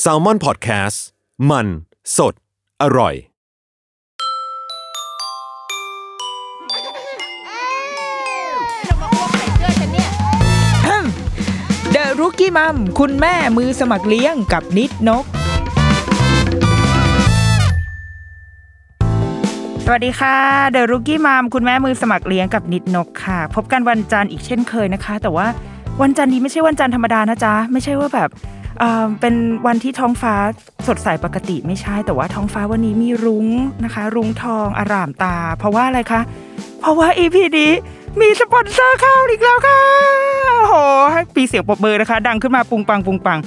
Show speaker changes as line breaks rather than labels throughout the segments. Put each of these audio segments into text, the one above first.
แซลมอนพอดแคสต์มันสดอร่อย
เดอะรุกี้มัมคุณแม่มือสมัครเลี้ยงกับนิดนก สวัสดีค่ะเดอะรุกี้มัมคุณแม่มือสมัครเลี้ยงกับนิดนกค่ะ พบกันวันจันทร์อีกเช่นเคยนะคะ แต่ว่าวันจันทร์นี้ไม่ใช่วันจันทร์ธรรมดานะจ๊ะ ไม่ใช่ว่าแบบเอ่อเป็นวันที่ท้องฟ้าสดใสปกติไม่ใช่ แต่ว่าท้องฟ้าวันนี้มีรุ้งนะคะ รุ้งทองอร่ามตา เพราะว่าอะไรคะ เพราะว่า EP นี้มีสปอนเซอร์เข้าอีกแล้วค่ะโอ้โหให้ปีเสียงปรบมือนะคะ ดังขึ้นมาปุงปังปุงปัง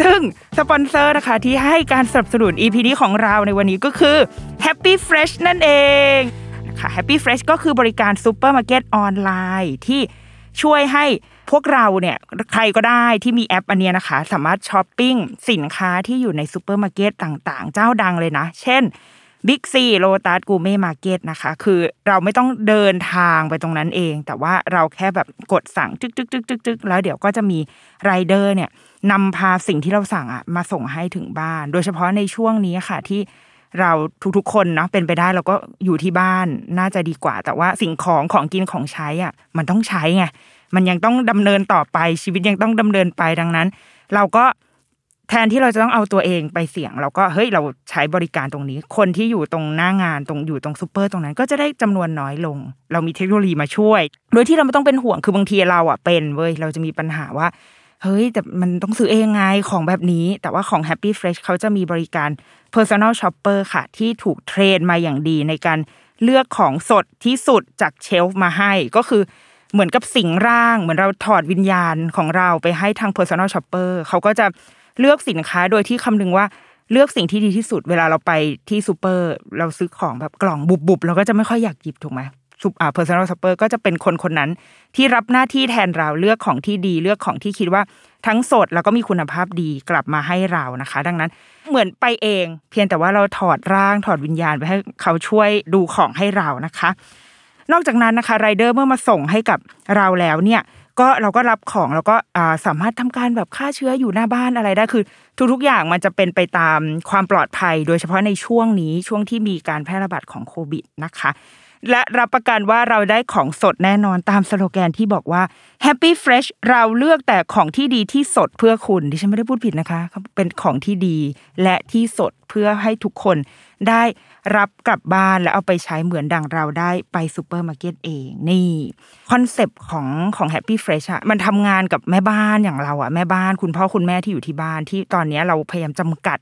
ซึ่งสปอนเซอร์นะคะที่ให้การสนับสนุน EP นี้ของเราในวันนี้ก็คือ Happy Fresh นั่นเองค่ะ Happy Fresh ก็คือบริการซูเปอร์มาร์เก็ตออนไลน์ที่ช่วยให้พวกเราเนี่ยใครก็ได้ที่มีแอปอันเนี้ยนะคะ สามารถช้อปปิ้งสินค้าที่อยู่ในซูเปอร์มาร์เก็ตต่างๆ เจ้าดังเลยนะ เช่น บิ๊กซีโลตัสกูเม่มาร์เก็ตนะคะ คือเราไม่ต้องเดินทางไปตรงนั้นเอง แต่ว่าเราแค่แบบกดสั่งจึกจึกจึกจึกจึกแล้วเดี๋ยวก็จะมีไรเดอร์เนี่ยนำพาสิ่งที่เราสั่งอะมาส่งให้ถึงบ้าน โดยเฉพาะในช่วงนี้ค่ะที่เราทุกๆคนเนาะเป็นไปได้เราก็อยู่ที่บ้านน่าจะดีกว่า แต่ว่าสิ่งของของกินของใช้อ่ะมันต้องใช้ไงมันยังต้องดำเนินต่อไปชีวิตยังต้องดำเนินไปดังนั้น เราก็ แทนที่เราจะต้องเอาตัวเองไปเสี่ยง เราก็เฮ้ยเราใช้บริการตรงนี้ คนที่อยู่ตรงหน้างานตรงอยู่ตรงซูเปอร์ตรงนั้น ก็จะได้จำนวนน้อยลง เรามีเทคโนโลยีมาช่วย โดยที่เราไม่ต้องเป็นห่วงคือบางทีเราอ่ะเป็นเว้ยเราจะมีปัญหาว่า เฮ้ย แต่มันต้องซื้อเองไงของแบบนี้ แต่ว่าของ Happy Fresh เขาจะมีบริการ Personal Shopper ค่ะ ที่ถูกเทรนมาอย่างดีในการเลือกของสดที่สุดจากเชลฟ์มาให้ก็คือ เหมือนกับสิงร่าง เหมือนเราถอดวิญญาณของเราไปให้ทาง Personal Shopper เขาก็จะเลือกสินค้าโดยที่คำนึงว่าเลือกสิ่งที่ดีที่สุด เวลาเราไปที่ซูเปอร์ เราซื้อของแบบกล่องบุบๆเราก็จะไม่ค่อยอยากหยิบถูกไหมซุปอ่า personal shopper ก็จะเป็นคนคนนั้น ที่รับหน้าที่แทนเราเลือกของที่ดีเลือกของที่คิดว่าทั้งสดแล้วก็มีคุณภาพดีกลับมาให้เรานะคะ ดังนั้นเหมือนไปเอง เพียงแต่ว่าเราถอดร่างถอดวิญญาณไปให้เขาช่วยดูของให้เรานะคะ นอกจากนั้นนะคะรายเดอร์เมื่อมาส่งให้กับเราแล้วเนี่ยก็เราก็รับของแล้วก็อ่าสามารถทำการแบบฆ่าเชื้ออยู่หน้าบ้านอะไรได้คือ ทุกๆอย่างมันจะเป็นไปตามความปลอดภัย โดยเฉพาะในช่วงนี้ช่วงที่มีการแพร่ระบาดของโควิดนะคะ และรับประกันว่าเราได้ของสดแน่นอนตามสโลแกนที่บอกว่า Happy Fresh เราเลือกแต่ของที่ดีที่สดเพื่อคุณดิฉันไม่ได้พูดผิดนะคะ เป็นของที่ดีและที่สดเพื่อให้ทุกคนได้รับกลับบ้านและเอาไปใช้เหมือนดังเราได้ไปซูเปอร์มาร์เก็ตเองนี่คอนเซปต์ของของ Happy Fresh อะมันทำงานกับแม่บ้านอย่างเราอะแม่บ้านคุณพ่อคุณแม่ที่อยู่ที่บ้านที่ตอนเนี้ยเราพยายามจำกัด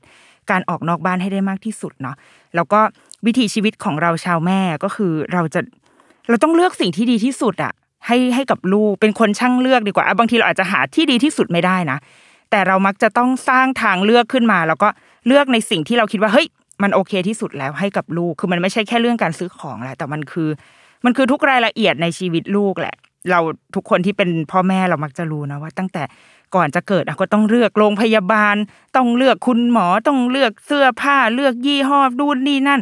การออกนอกบ้านให้ได้มากที่สุดเนาะแล้วก็วิถีชีวิตของเราชาวแม่ก็คือเราจะ เราต้องเลือกสิ่งที่ดีที่สุดอะให้ให้กับลูกเป็นคนช่างเลือกดีกว่าอ่ะบางทีเราอาจจะหาที่ดีที่สุดไม่ได้นะ แต่เรามักจะต้องสร้างทางเลือกขึ้นมา แล้วก็เลือกในสิ่งที่เราคิดว่าเฮ้ยมันโอเคที่สุดแล้วให้กับลูกคือมันไม่ใช่แค่เรื่องการซื้อของแหละแต่มันคือ มันคือทุกรายละเอียดในชีวิตลูกแหละ เราทุกคนที่เป็นพ่อแม่เรามักจะรู้นะว่าตั้งแต่ก่อนจะเกิดอ่ะก็ต้องเลือกโรงพยาบาล ต้องเลือกคุณหมอต้องเลือกเสื้อผ้าเลือกยี่ห้อดูนนี่นั่น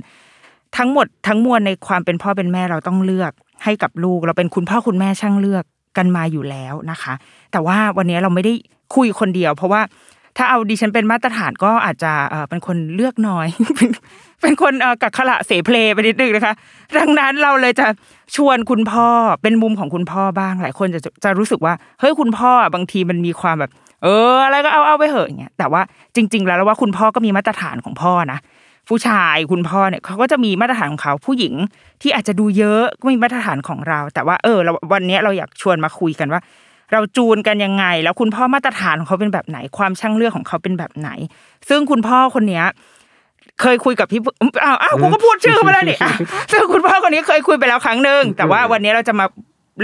ทั้งหมดทั้งมวลในความเป็นพ่อเป็นแม่เราต้องเลือกให้กับลูก เราเป็นคุณพ่อคุณแม่ช่างเลือกกันมาอยู่แล้วนะคะ แต่ว่าวันนี้เราไม่ได้คุยคนเดียว เพราะว่าถ้าเอาดิฉันเป็นมาตรฐานก็อาจจะเอ่อเป็นคนเลือกน้อย เป็นเป็นคนเอ่อกักขระเสเพลไปนิดนึงนะคะ ดังนั้นเราเลยจะชวนคุณพ่อเป็นมุมของคุณพ่อบ้างหลายคนจะจะรู้สึกว่าเฮ้ยคุณพ่อบางทีมันมีความแบบ เอออะไรก็เอาเอาไปเหอะอย่างเงี้ยแต่ว่าจริง ๆ แล้วว่าคุณพ่อก็มีมาตรฐานของพ่อนะผู้ชายคุณพ่อเนี่ยเขาก็จะมีมาตรฐานของเขาผู้หญิงที่อาจจะดูเยอะก็มีมาตรฐานของเรา แต่ว่าเออเราวันเนี้ยเราอยากชวนมาคุยกันว่า เราจูนกันยังไง แล้วคุณพ่อมาตรฐานของเขาเป็นแบบไหนความช่างเลือกของเขาเป็นแบบไหน ซึ่งคุณพ่อคนเนี้ย เคยคุยกับพี่ปุอ้าวอ้าวกูก็พูดชื่อมาแล้ว นี่อ่ะซึ่งคุณพ่อคนนี้เคยคุยไปแล้วครั้งหนึ่งแต่ว่าวันนี้เราจะมา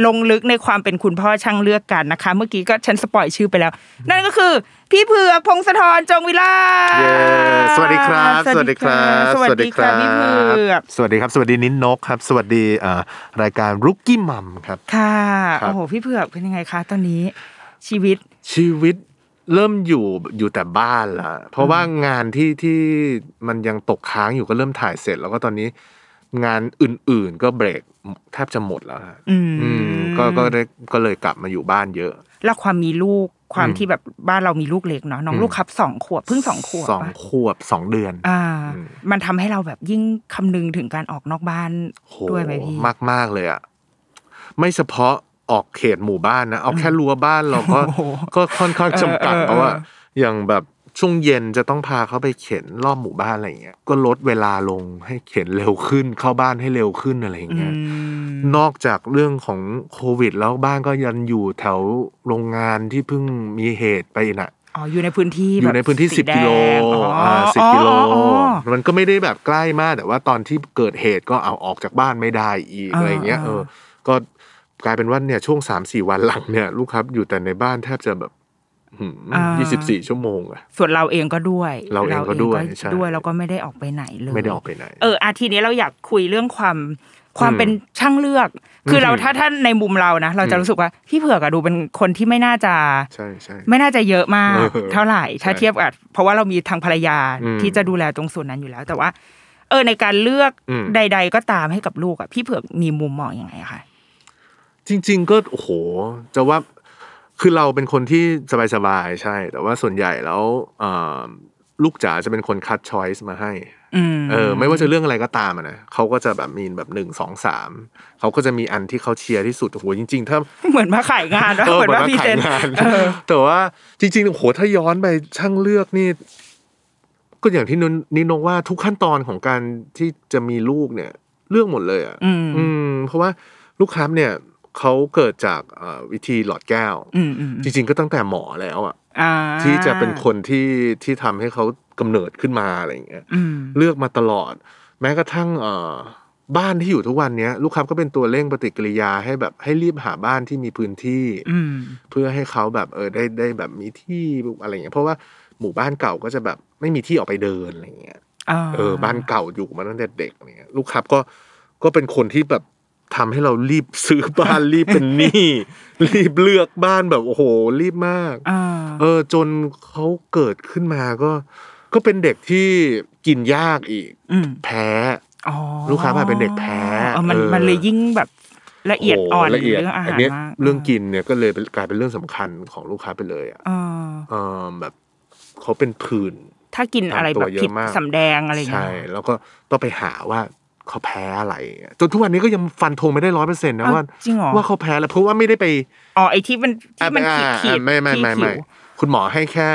ลงลึกในความเป็นคุณพ่อช่างเลือกกันนะคะ เมื่อกี้ก็ฉันสปอยชื่อไปแล้ว นั่นก็คือ พี่เผือกพงศธรจงวิลาศ
เย้สวัสดีครับ สวัสดีครับ
สวัสดีครับพี่เผือก
สวัสดีครับ สวัสดีนิ้นนกครับ สวัสดีเอ่อรายการรุกกี้มัมครับ
ค่ะ
ครับ
โอ้โหพี่เผือกเป็นยังไงคะ ตอนนี้ ชีวิต
ชีวิตเริ่มอยู่อยู่แต่บ้านละเพราะว่างานที่ที่มันยังตกค้างอยู่ก็เริ่มถ่ายเสร็จ แล้วก็ตอนนี้งานอื่นๆก็เบรกแทบจะหมดแล้วฮะ
อืม
อืมก็ก็ได้ก็เลยกลับมาอยู่บ้านเยอะ
และความมีลูกความ
อืม
ที่แบบบ้านเรามีลูกเล็กเนาะน้อง
อืม
ลูกครับสองขวบเพิ่งสองขวบ
สอง
ปะ
ขวบสองเดือน
อ่า
อืม
มันทำให้เราแบบยิ่งคำนึงถึงการออกนอกบ้าน
โห
ด้วยไหมพี่
มากมากๆเลยอะไม่เฉพาะออกเขตหมู่บ้านนะ เอาแค่รั้วบ้านเราก็
โอ้โห
ก็ค่อนข้างจำกัด
เออเออ
เพราะว่าอย่างแบบช่วงเย็นจะต้องพาเขาไปเข็นรอบหมู่บ้านอะไรอย่างเงี้ยก็ลดเวลาลงให้เข็นเร็วขึ้น เข้าบ้านให้เร็วขึ้นอะไรอย่าง
อื
เงี้ย
ม
นอกจากเรื่องของโควิด แล้วบ้านก็ยันอยู่แถวโรงงานที่เพิ่งมีเหตุไปน่ะ
อ๋ออยู่ในพื้นที่
อยู่ในพื้นที่
แบบ
10 กิโล
แดงอ๋ออ๋อ
สิบกิโล
อ๋ออ๋อ
มันก็ไม่ได้แบบใกล้มาก แต่ว่าตอนที่เกิดเหตุก็เอาออกจากบ้านไม่ได้อีก
อ่า
อะไรเงี้ย
อ่า
เออ ก็กลายเป็นว่าเนี่ยช่วงสามสี่วันหลังเนี่ย ลูกครับอยู่แต่ในบ้านแทบจะแบบยี่สิบสี่ชั่วโมงอะ
ส่วนเราเองก็ด้วย
เราเองก็ด้วยใช่
ด้วยแล้วก็ไม่ได้ออกไปไหนเลย
ไม่ได้ออกไปไหน
เอออาทีนี้เราอยากคุยเรื่องความความ
อืม
เป็นช่างเลือก คือเรา
อืม
ถ้าท่านในมุมเรานะ เราจะ
อืม
รู้สึกว่าพี่เผือกอะดูเป็นคนที่ไม่น่าจะ
ใช่ใช่
ไม่น่าจะเยอะมาก
เออ
เท่าไหร่ถ้า
ใช่
เทียบกับเพราะว่าเรามีทางภรรยา
อืม
ที่จะดูแลตรงส่วนนั้นอยู่แล้ว แต่ว่า เออในการเลือก
อืม
ใด ๆ ก็ตามให้กับลูกอ่ะพี่เผือกมีมุมมองยังไงอะคะ
จริง ๆ ก็โอ้โห จะว่าคือเราเป็นคนที่สบายๆใช่ แต่ว่าส่วนใหญ่แล้วเอ่อลูกจ๋าจะเป็นคนคัดช้อยส์มาให้
อืม
เออไม่ว่าจะเรื่องอะไรก็ตามอะนะเขาก็จะแบบมีแบบหนึ่งสองสามเขาก็จะมีอันที่เขาเชียร์ที่สุดโอ้โหจริง ๆ ถ้า
เหมือนมาขายงานว่าเหมือนว่าพรีเซนต์
ขายงาน แต่ว่าจริงๆโอ้โหถ้าย้อนไปช่างเลือกนี่ ก็อย่างที่นนนิโนว่าทุกขั้นตอนของการที่จะมีลูกเนี่ย เลือกหมดเลยอ่ะ
อืม
อืม เพราะว่าลูกค้าเนี่ยเขาเกิดจากเอ่อวิธีหลอดแก้ว
อืมอืม
จริง ๆ ก็ตั้งแต่หมอแล้วอ่ะ
อ่า
ที่จะเป็นคนที่ที่ทำให้เขากำเนิดขึ้นมาอะไรอย่างเงี้ย
อืม
เลือกมาตลอด แม้กระทั่งเอ่อบ้านที่อยู่ทุกวันเนี้ย ลูกค้าก็เป็นตัวเร่งปฏิกิริยาให้แบบให้รีบหาบ้านที่มีพื้นที่
อืม
เพื่อให้เขาแบบเออได้ได้แบบมีที่อะไรอย่างเงี้ยเพราะว่าหมู่บ้านเก่าก็จะแบบไม่มีที่ออกไปเดินอะไรอย่างเงี้ย
อ่า
เออบ้านเก่าอยู่มาตั้งแต่เด็กอะไรเงี้ยลูกค้าก็ก็เป็นคนที่แบบทำให้เรารีบซื้อบ้าน รีบเป็นหนี้รีบเลือกบ้านแบบโอ้โหรีบมาก
อ่า
เออจนเขาเกิดขึ้นมาก็ ก็เป็นเด็กที่กินยากอีก
อืม
แพ้
อ๋อ
ลูกค้ามาเป็นเด็กแพ้
เออมัน
เออ
มันเลยยิ่งแบบละเอียดอ่อน
โโหละเอียด
เรื่องอาหาร
นนี้ย
มาก
เรื่องกินเนี่ยก็เลยเป็นกลายเป็นเรื่องสำคัญของลูกค้าไปเลยอ่ะ
เออ
เออแบบเขาเป็นผื่น
ถ้ากินอะไรแบบผิด
ตามตัวเยอะมาก
สำแดงอะไรอย่าง
ใช่
เงี้ย
แล้วก็ต้องไปหาว่าเขาแพ้อะไรอะจนทุกวันนี้ก็ยังฟันธงไม่ได้ร้อยเปอร์เซ็นต์นะ
อ้าว
ว่า
จริงเหรอ
ว่าเขาแพ้แล้วเพราะว่าไม่ได้ไป
อ๋อไอที่มันที่มันขีด
อ่ะ
ขีด
ไม่ไม่
ที่
ไม่
ผิ
ไม่
ว
คุณหมอให้แค่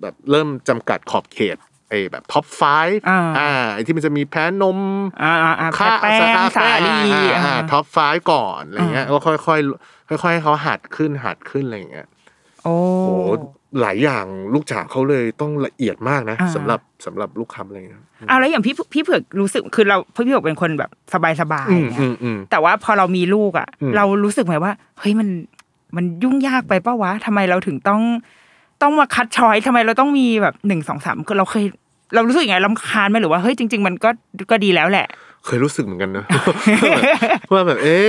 แบบเริ่มจำกัดขอบเขตไอ้แบบท็อปไฟ
อ่า
ไอ้ที่มันจะมีแพ้นม
อ่าอ่าอ่าแป้งสาลีอ่า
ท็อปไฟก่อนอะไรเงี้ย
อ่า
ก็ค่อยค่อยค่อยๆค่อยๆให้เขาหัดขึ้นหัดขึ้นอะไรเงี้ย
โอ้
โอ้หลายอย่างลูกจ๋าเขาเลยต้องละเอียดมากนะ
อ่า
สำหรับสำหรับลูกค้าอะไรเงี้ย
เอาแล้วอย่างพี่พี่เผือกรู้สึกคือเราพี่เผือกเป็นคนแบบสบายสบาย
อืม
ย
อืมอืม
แต่ว่าพอเรามีลูกอ่ะ
อืม
เรารู้สึกไหมว่าเฮ้ยมันมันยุ่งยากไปปะวะทำไมเราถึงต้อง ต้องมาคัดช้อยทำไมเราต้องมีแบบหนึ่งสองสามคือเราเคย เรารู้สึกยังไงลำคาญไหมหรือว่าเฮ้ยจริง ๆ มันก็ก็ดีแล้วแหละ
เคยรู้สึกเหมือนกันนะ ว่าแบบเอ๊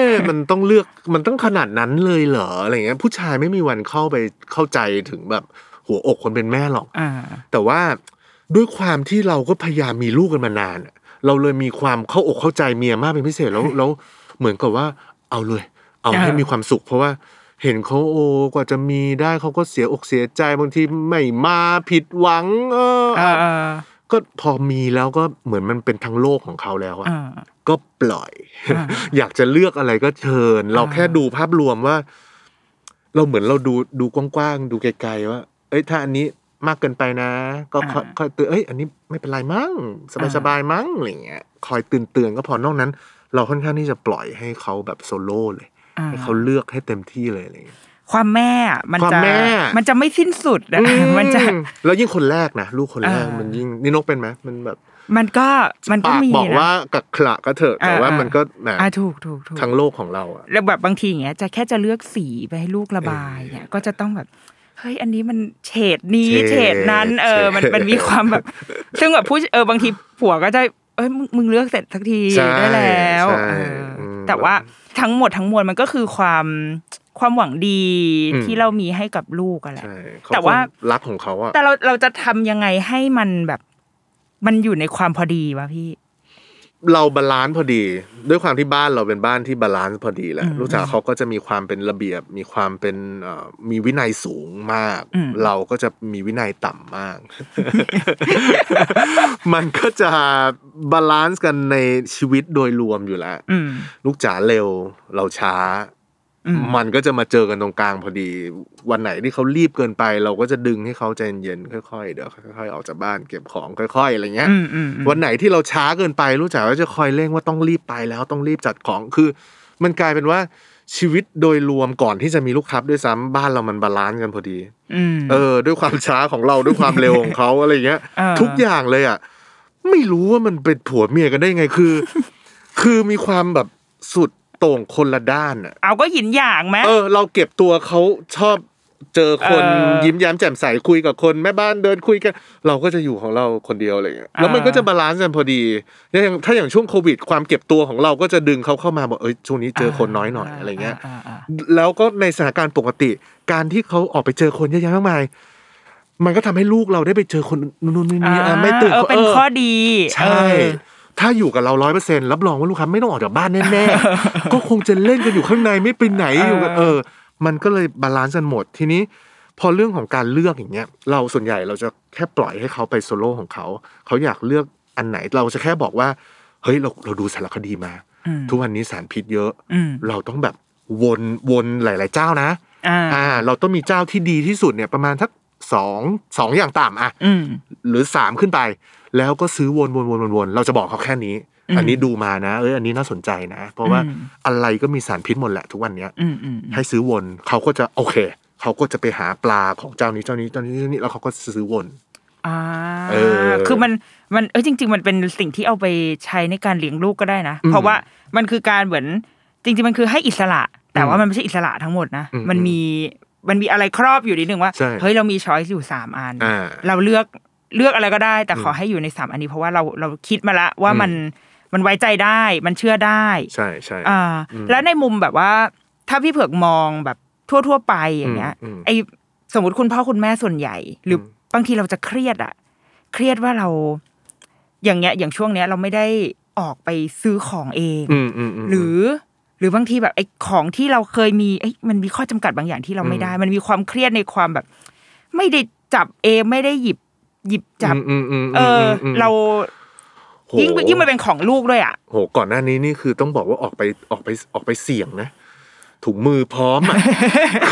ะมันต้องเลือกมันต้องขนาดนั้นเลยเหรออะไรเงี้ยผู้ชายไม่มีวันเข้าไปเข้าใจถึงแบบหัวอกคนเป็นแม่หรอก
อ่า
แต่ว่าด้วยความที่เราก็พยายามมีลูกกันมานานอะเราเลยมีความเข้าอกเข้าใจเมียมากเป็นพิเศษแล้วแล้วเหมือนกับว่า เอาเลย เอาให้
เออ
มีความสุข เพราะว่าเห็นเขาโอ้กว่าจะมีได้เขาก็เสียอกเสียใจบางทีไม่มาผิดหวัง เออ
เออเออ
ก็พอมีแล้วก็เหมือนมันเป็นทั้งโลกของเขาแล้วอะ
เออ
ก็ปล่อย
อ่า
อยากจะเลือกอะไรก็เชิญ เรา
อ่า
แค่ดูภาพรวมว่า เราเหมือนเราดูดูกว้างๆดูไกลๆว่า เอ้ยถ้าอันนี้มากเกินไปนะ ก็ค่อย
อ่า
ค่อยเตือนเอ้ยอันนี้ไม่เป็นไรมั้งสบาย
อ่า
สบายๆมั้งอะไรเงี้ยคอยเตือนเตือนๆก็พอนอกนั้น เราค่อนข้างที่จะปล่อยให้เขาแบบโซโล่เลย
อ่า
ให้เขาเลือกให้เต็มที่เลยอะไรเงี้ย
ความแม่อะมัน
ความ
จะ
แม่
มันจะไม่สิ้นสุดอะมันจะ
อืแล้วยิ่งคนแรกนะลูกคนแรก
อ่ามั
มันยิ่งนี่นกเป็นไหมมันแบบ
มันก็มันก็
ปาก
มี
บอก
นะ
ว่ากักขระก็เถอะแต่ว่า
อ่ามั
มันก็แหม
อ่าถูกถูกถูก
ทั้งโลกของเราอะ
แล้วแบบบางทีอย่างเงี้ยจะแค่จะเลือกสีไปให้ลูกระบายเนี่ยก็จะต้องแบบเฮ้ยอันนี้มันเฉดนี้
เฉด
เฉดนั้น เออ มัน
เฉด
มันมีความแบบ ซึ่งแบบผู้เออบางทีผัวก็จะเอ้ยมึงมึงเลือกเสร็จสักที
ใช่
ได้แล้ว
ใช่
เอออ
ม
แต่ว่าทั้งหมดทั้งมวลมันก็คือความความหวังดี
อืม
ที่เรามีให้กับลูกอะแหละ
ใช่เข
แต่ว่า
คงรักของเขาอะ
แต่เราเราจะทำยังไงให้มันแบบ มันอยู่ในความพอดีวะพี่
เราบาลานซ์พอดี ด้วยความที่บ้านเราเป็นบ้านที่บาลานซ์พอดีแหละลูกสาวเขาก็จะมีความเป็นระเบียบ มีความเป็นเอ่อมีวินัยสูงมาก
อืม
เราก็จะมีวินัยต่ำมาก มันก็จะบาลานซ์กันในชีวิตโดยรวมอยู่แล้ว
อืม
ลูกจ๋าเร็วเราช้า มันก็จะมาเจอกันตรงกลางพอดี วันไหนที่เขารีบเกินไป เราก็จะดึงให้เขาใจเย็นๆค่อยๆเดี๋ยวค่อยๆออกจากบ้านเก็บของค่อยๆอะไรเงี้ย
อืมอืมอืม
วันไหนที่เราช้าเกินไปรู้จักว่าจะคอยเร่งว่าต้องรีบไปแล้วต้องรีบจัดของคือ มันกลายเป็นว่าชีวิตโดยรวมก่อนที่จะมีลูกทับด้วยซ้ำบ้านเรามันบาลานซ์กันพอดี
อืม
เออ ด้วยความช้าของเราด้วยความเร็วของเขาอะไรเงี้ย
เออ
ทุกอย่างเลยอ่ะไม่รู้ว่ามันเป็นผัวเมียกันได้ไงคือ คือมีความแบบสุดโต่งคนละด้านอ่ะ
เอาก็หยินหยางไหม
เออเราเก็บตัวเขาชอบเจอคน
เออ
ยิ้มแย้มแจ่มใสคุยกับคนแม่บ้านเดินคุยกัน เราก็จะอยู่ของเราคนเดียวอะไรอย่างเงี้ย
อ่า
แล้วมันก็จะบาลานซ์กันพอดีแล้วอย่างถ้าอย่างช่วงโควิด ความเก็บตัวของเราก็จะดึงเขาเข้ามาบอกเอ้ยช่วงนี้เจอคนน้อยหน่อยอะไรเงี้ย
าอ่า
แล้วก็ในสถานการณ์ปกติ การที่เขาออกไปเจอคนเยอะแยะมากมาย มันก็ทำให้ลูกเราได้ไปเจอคนนู่นนี่นี่อ่ะไม่ตื่น
เออเป็น
ออ
ข้อดี
ใช่
เออ
ถ้าอยู่กับเราร้อยเปอร์เซ็นรับรองว่าลูกค้าไม่ต้องออกจากบ้านแน่ ๆ ก็คงจะเล่นกันอยู่ข้างในไม่ไปไหนอยู่กัน
เออ
เออ มันก็เลยบาลานซ์กันหมดทีนี้ พอเรื่องของการเลือกอย่างเงี้ย เราส่วนใหญ่เราจะแค่ปล่อยให้เขาไปโซโล่ของเขา เขาอยากเลือกอันไหนเราจะแค่บอกว่า เฮ้ยเราเราดูสารคดีมา ทุกวันนี้สารพิษเยอะ
อืม
เราต้องแบบวนวนหลาย ๆ เจ้านะ
อ่า
อ่า เราต้องมีเจ้าที่ดีที่สุดเนี่ยประมาณทักสองสองอย่างต่ำอ่ะ
อืม
หรือสามขึ้นไป แล้วก็ซื้อวนวนวนวนวนเราจะบอกเขาแค่นี้ อันนี้ดูมานะ เอ้ยอันนี้น่าสนใจนะ เพราะว่า
อืม
อะไรก็มีสารพิษหมดแหละทุกวันเนี้ย
อืมอืมอืม
ให้ซื้อวนเขาก็จะโอเค เขาก็จะไปหาปลาของเจ้านี้เจ้านี้เจ้านี้เจ้านี้แล้วเขาก็ซื้อวน
อ่า
เออ
คือมันมันเออจริง ๆ มันเป็นสิ่งที่เอาไปใช้ในการเลี้ยงลูกก็ได้นะ เพราะว่ามันคือการเหมือนจริง ๆ มันคือให้อิสระ แต่ว่ามันไม่ใช่อิสระทั้งหมดนะ
อืม
มันมีมันมีอะไรครอบอยู่นิดนึงว่า
ใช่
เฮ้ยเรามีช้อยส์อยู่สามอัน
อ่า
เราเลือกเลือกอะไรก็ได้ แต่ขอให้อยู่ในสามอันนี้ เพราะว่าเราเราคิดมาละว่า
อืม
มันมันไว้ใจได้มันเชื่อได้
ใช่ใช่
อ่าแล้วในมุมแบบว่า ถ้าพี่เผือกมองแบบทั่ว ๆ ไปอย่างเงี้ย
อืมอืม
ไอสมมติคุณพ่อคุณแม่ส่วนใหญ่ หรืออบางทีเราจะเครียดอะเครียดว่าเรา อย่างเงี้ย อย่างช่วงเนี้ย เราไม่ได้ออกไปซื้อของเอง
อืมอืมอืม
หรือ หรือบางทีแบบไอของที่เราเคยมีเอ้ยมันมีข้อจำกัดบางอย่างที่เราไม่ได้ มันมีความเครียดในความแบบ ไม่ได้จับเองไม่ได้หยิบ หยิบจับ
อืมอืมม
เอออ
มม
เรา
โห
ยิ่งยิ่งมันเป็นของลูกด้วยอะ
โหก่อนหน้านี้นี่คือต้องบอกว่าออกไปออกไปออกไปเสี่ยงนะถุงมือพร้อม อะ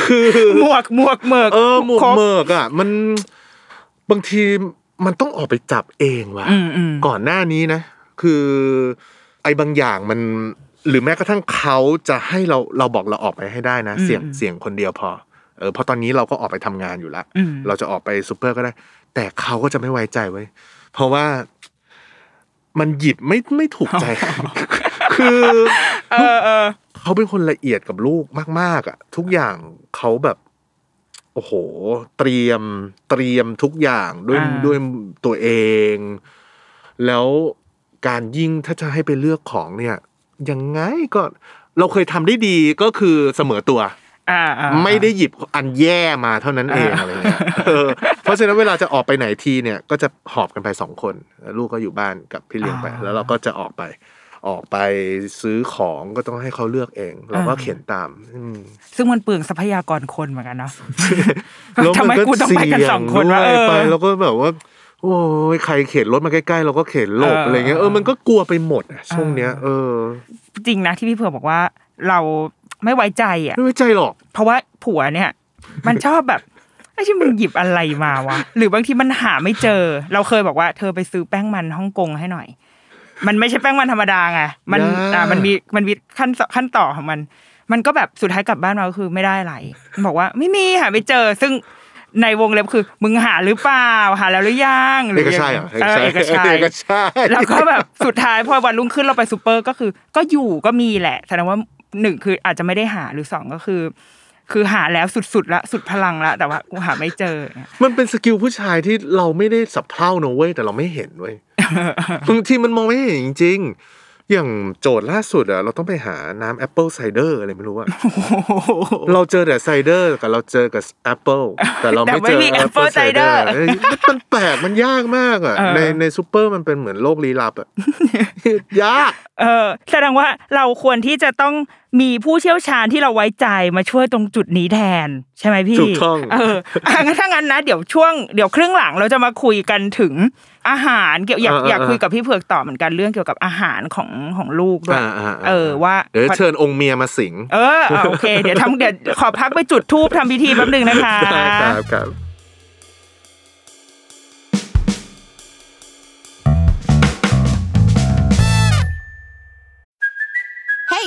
คือ
หมวกหมวกเหมือก
เออหมวก
ครบ
เมิกอ่ะมันบางทีมันต้องออกไปจับเองว่ะ
อืมอืม
ก่อนหน้านี้นะ คือไอ้บางอย่างมัน หรือแม้กระทั่งเขาจะให้เราเราบอกเราออกไปให้ได้นะ เสี่ยงเสี่ยงคนเดียวพอเออเพราะตอนนี้เราก็ออกไปทำงานอยู่ละ
อืม
เราจะออกไปซูเปอร์ก็ได้ แต่เขาก็จะไม่ไว้ใจไว้ยเพราะว่ามันหยิบไม่ไม่ถูกใจ คือ
เออเออ
เขาเป็นคนละเอียดกับลูกมาก ๆอ่ะทุกอย่างเขาแบบ โอ้โห เตรียมเตรียมทุกอย่างด้วย
อ่า
ด้วยตัวเอง แล้วการยิ่งถ้าจะให้ไปเลือกของเนี่ย ยังไงก็เราเคยทำได้ดีก็คือเสมอตัว
อ่าอ่า
ไม่ได้หยิบอันแย่มาเท่านั้นเอง
อ่า
อะไรเงี้ยเออเพราะฉะนั้นเวลาจะออกไปไหนทีเนี่ย ก็จะหอบกันไปสองคน ลูกก็อยู่บ้านกับพี่เลี้ยงไป แล้วเราก็จะออกไป ออกไปซื้อของก็ต้องให้เขาเลือกเอง เราก็เขียนตามอืม
ซึ่งมันเปลืองทรัพยากรคนเหมือนกัน เนาะ
แล้ว
ทำไม
น
กูต้องไปกัน
เย
สองคนวะ
ด้วย
เออ
ไปแล้วก็แบบว่า โอ้ยใครเข็นรถมาใกล้ๆเราก็เข็นหลบ
เอออ
อะไรเงี้ยเออมันก็กลัวไปหมดอะช่วงเนี้ย
เอ
เอ
อ
อ
จริงนะที่พี่เผือกบอกว่าเรา ไม่ไว้ใจอ่ะ
ไม่ไว้ใจหรอก
เพราะว่าผัวเนี่ย มันชอบ แบบไอ้ที่มึงหยิบอะไรมาวะ หรือบางทีมันหาไม่เจอ เราเคยบอกว่าเธอไปซื้อแป้งมันฮ่องกงให้หน่อย มันไม่ใช่แป้งมันธรรมดาไงมัน
ยาก
อ่ามันมีมันมีขั้นขั้นต่อของมัน มันก็แบบสุดท้ายกลับบ้านมาก็คือไม่ได้อะไรมันบอกว่าไม่มีหาไม่เจอ ซึ่งในวงเล็บคือ มึงหาหรือเปล่าหาแล้วหรือยังหรื
เอกชัยเหรอ
เออเอกชัย
เอกชัย
แล้วก็แบบสุดท้ายพอวันรุ่งขึ้นเราไปซูเปอร์ก็คือ ก็อยู่ก็มีแหละแสดงว่าหนึ่งคืออาจจะไม่ได้หาหรือสองก็คือ คือหาแล้วสุดๆละสุดพลังละแต่ว่ากูหาไม่เจอเนี่ย
มันเป็นสกิลผู้ชายที่เราไม่ได้สับเพร่านะเว้ยแต่เราไม่เห็นเว้ย บางทีมันมองไม่เห็นจริงๆ อย่างโจทย์ล่าสุดอะเราต้องไปหาน้ำแอปเปิลไซเดอร์อะไรไม่ รู้อะเราเจอแต่ไซเดอร์กับเราเจอกับแอปเปิลแต่เราไม่เจอ apple cider เอ้ยมันแปลกมันยากมากอะในในซูเปอร์มันเป็นเหมือนโลกลี้ลับอะ ยาก
เออแสดงว่าเราควรที่จะต้องมีผู้เชี่ยวชาญที่เราไว้ใจมาช่วยตรงจุดนี้แทน ใช่ไหมพี่
ถูกต้อง
เอออ่ะงั้นถ้างั้นนะเดี๋ยวช่วงเดี๋ยวครึ่งหลังเราจะมาคุยกันถึงอาหารเกี่ยวอยากอยากคุยกับพี่เผือกต่อเหมือนกันเรื่องเกี่ยวกับอาหารของของลูกด้วย
อ่าๆๆ
เออว่า
เดี๋ยวเชิญองค์เมียมาสิง
เอออ่ะโอเค เดี๋ยวทำเดี๋ยวขอพักไปจุดทูบทำพิธีแป๊บหนึ่งนะคะ
ได้ครับครับ
Hey,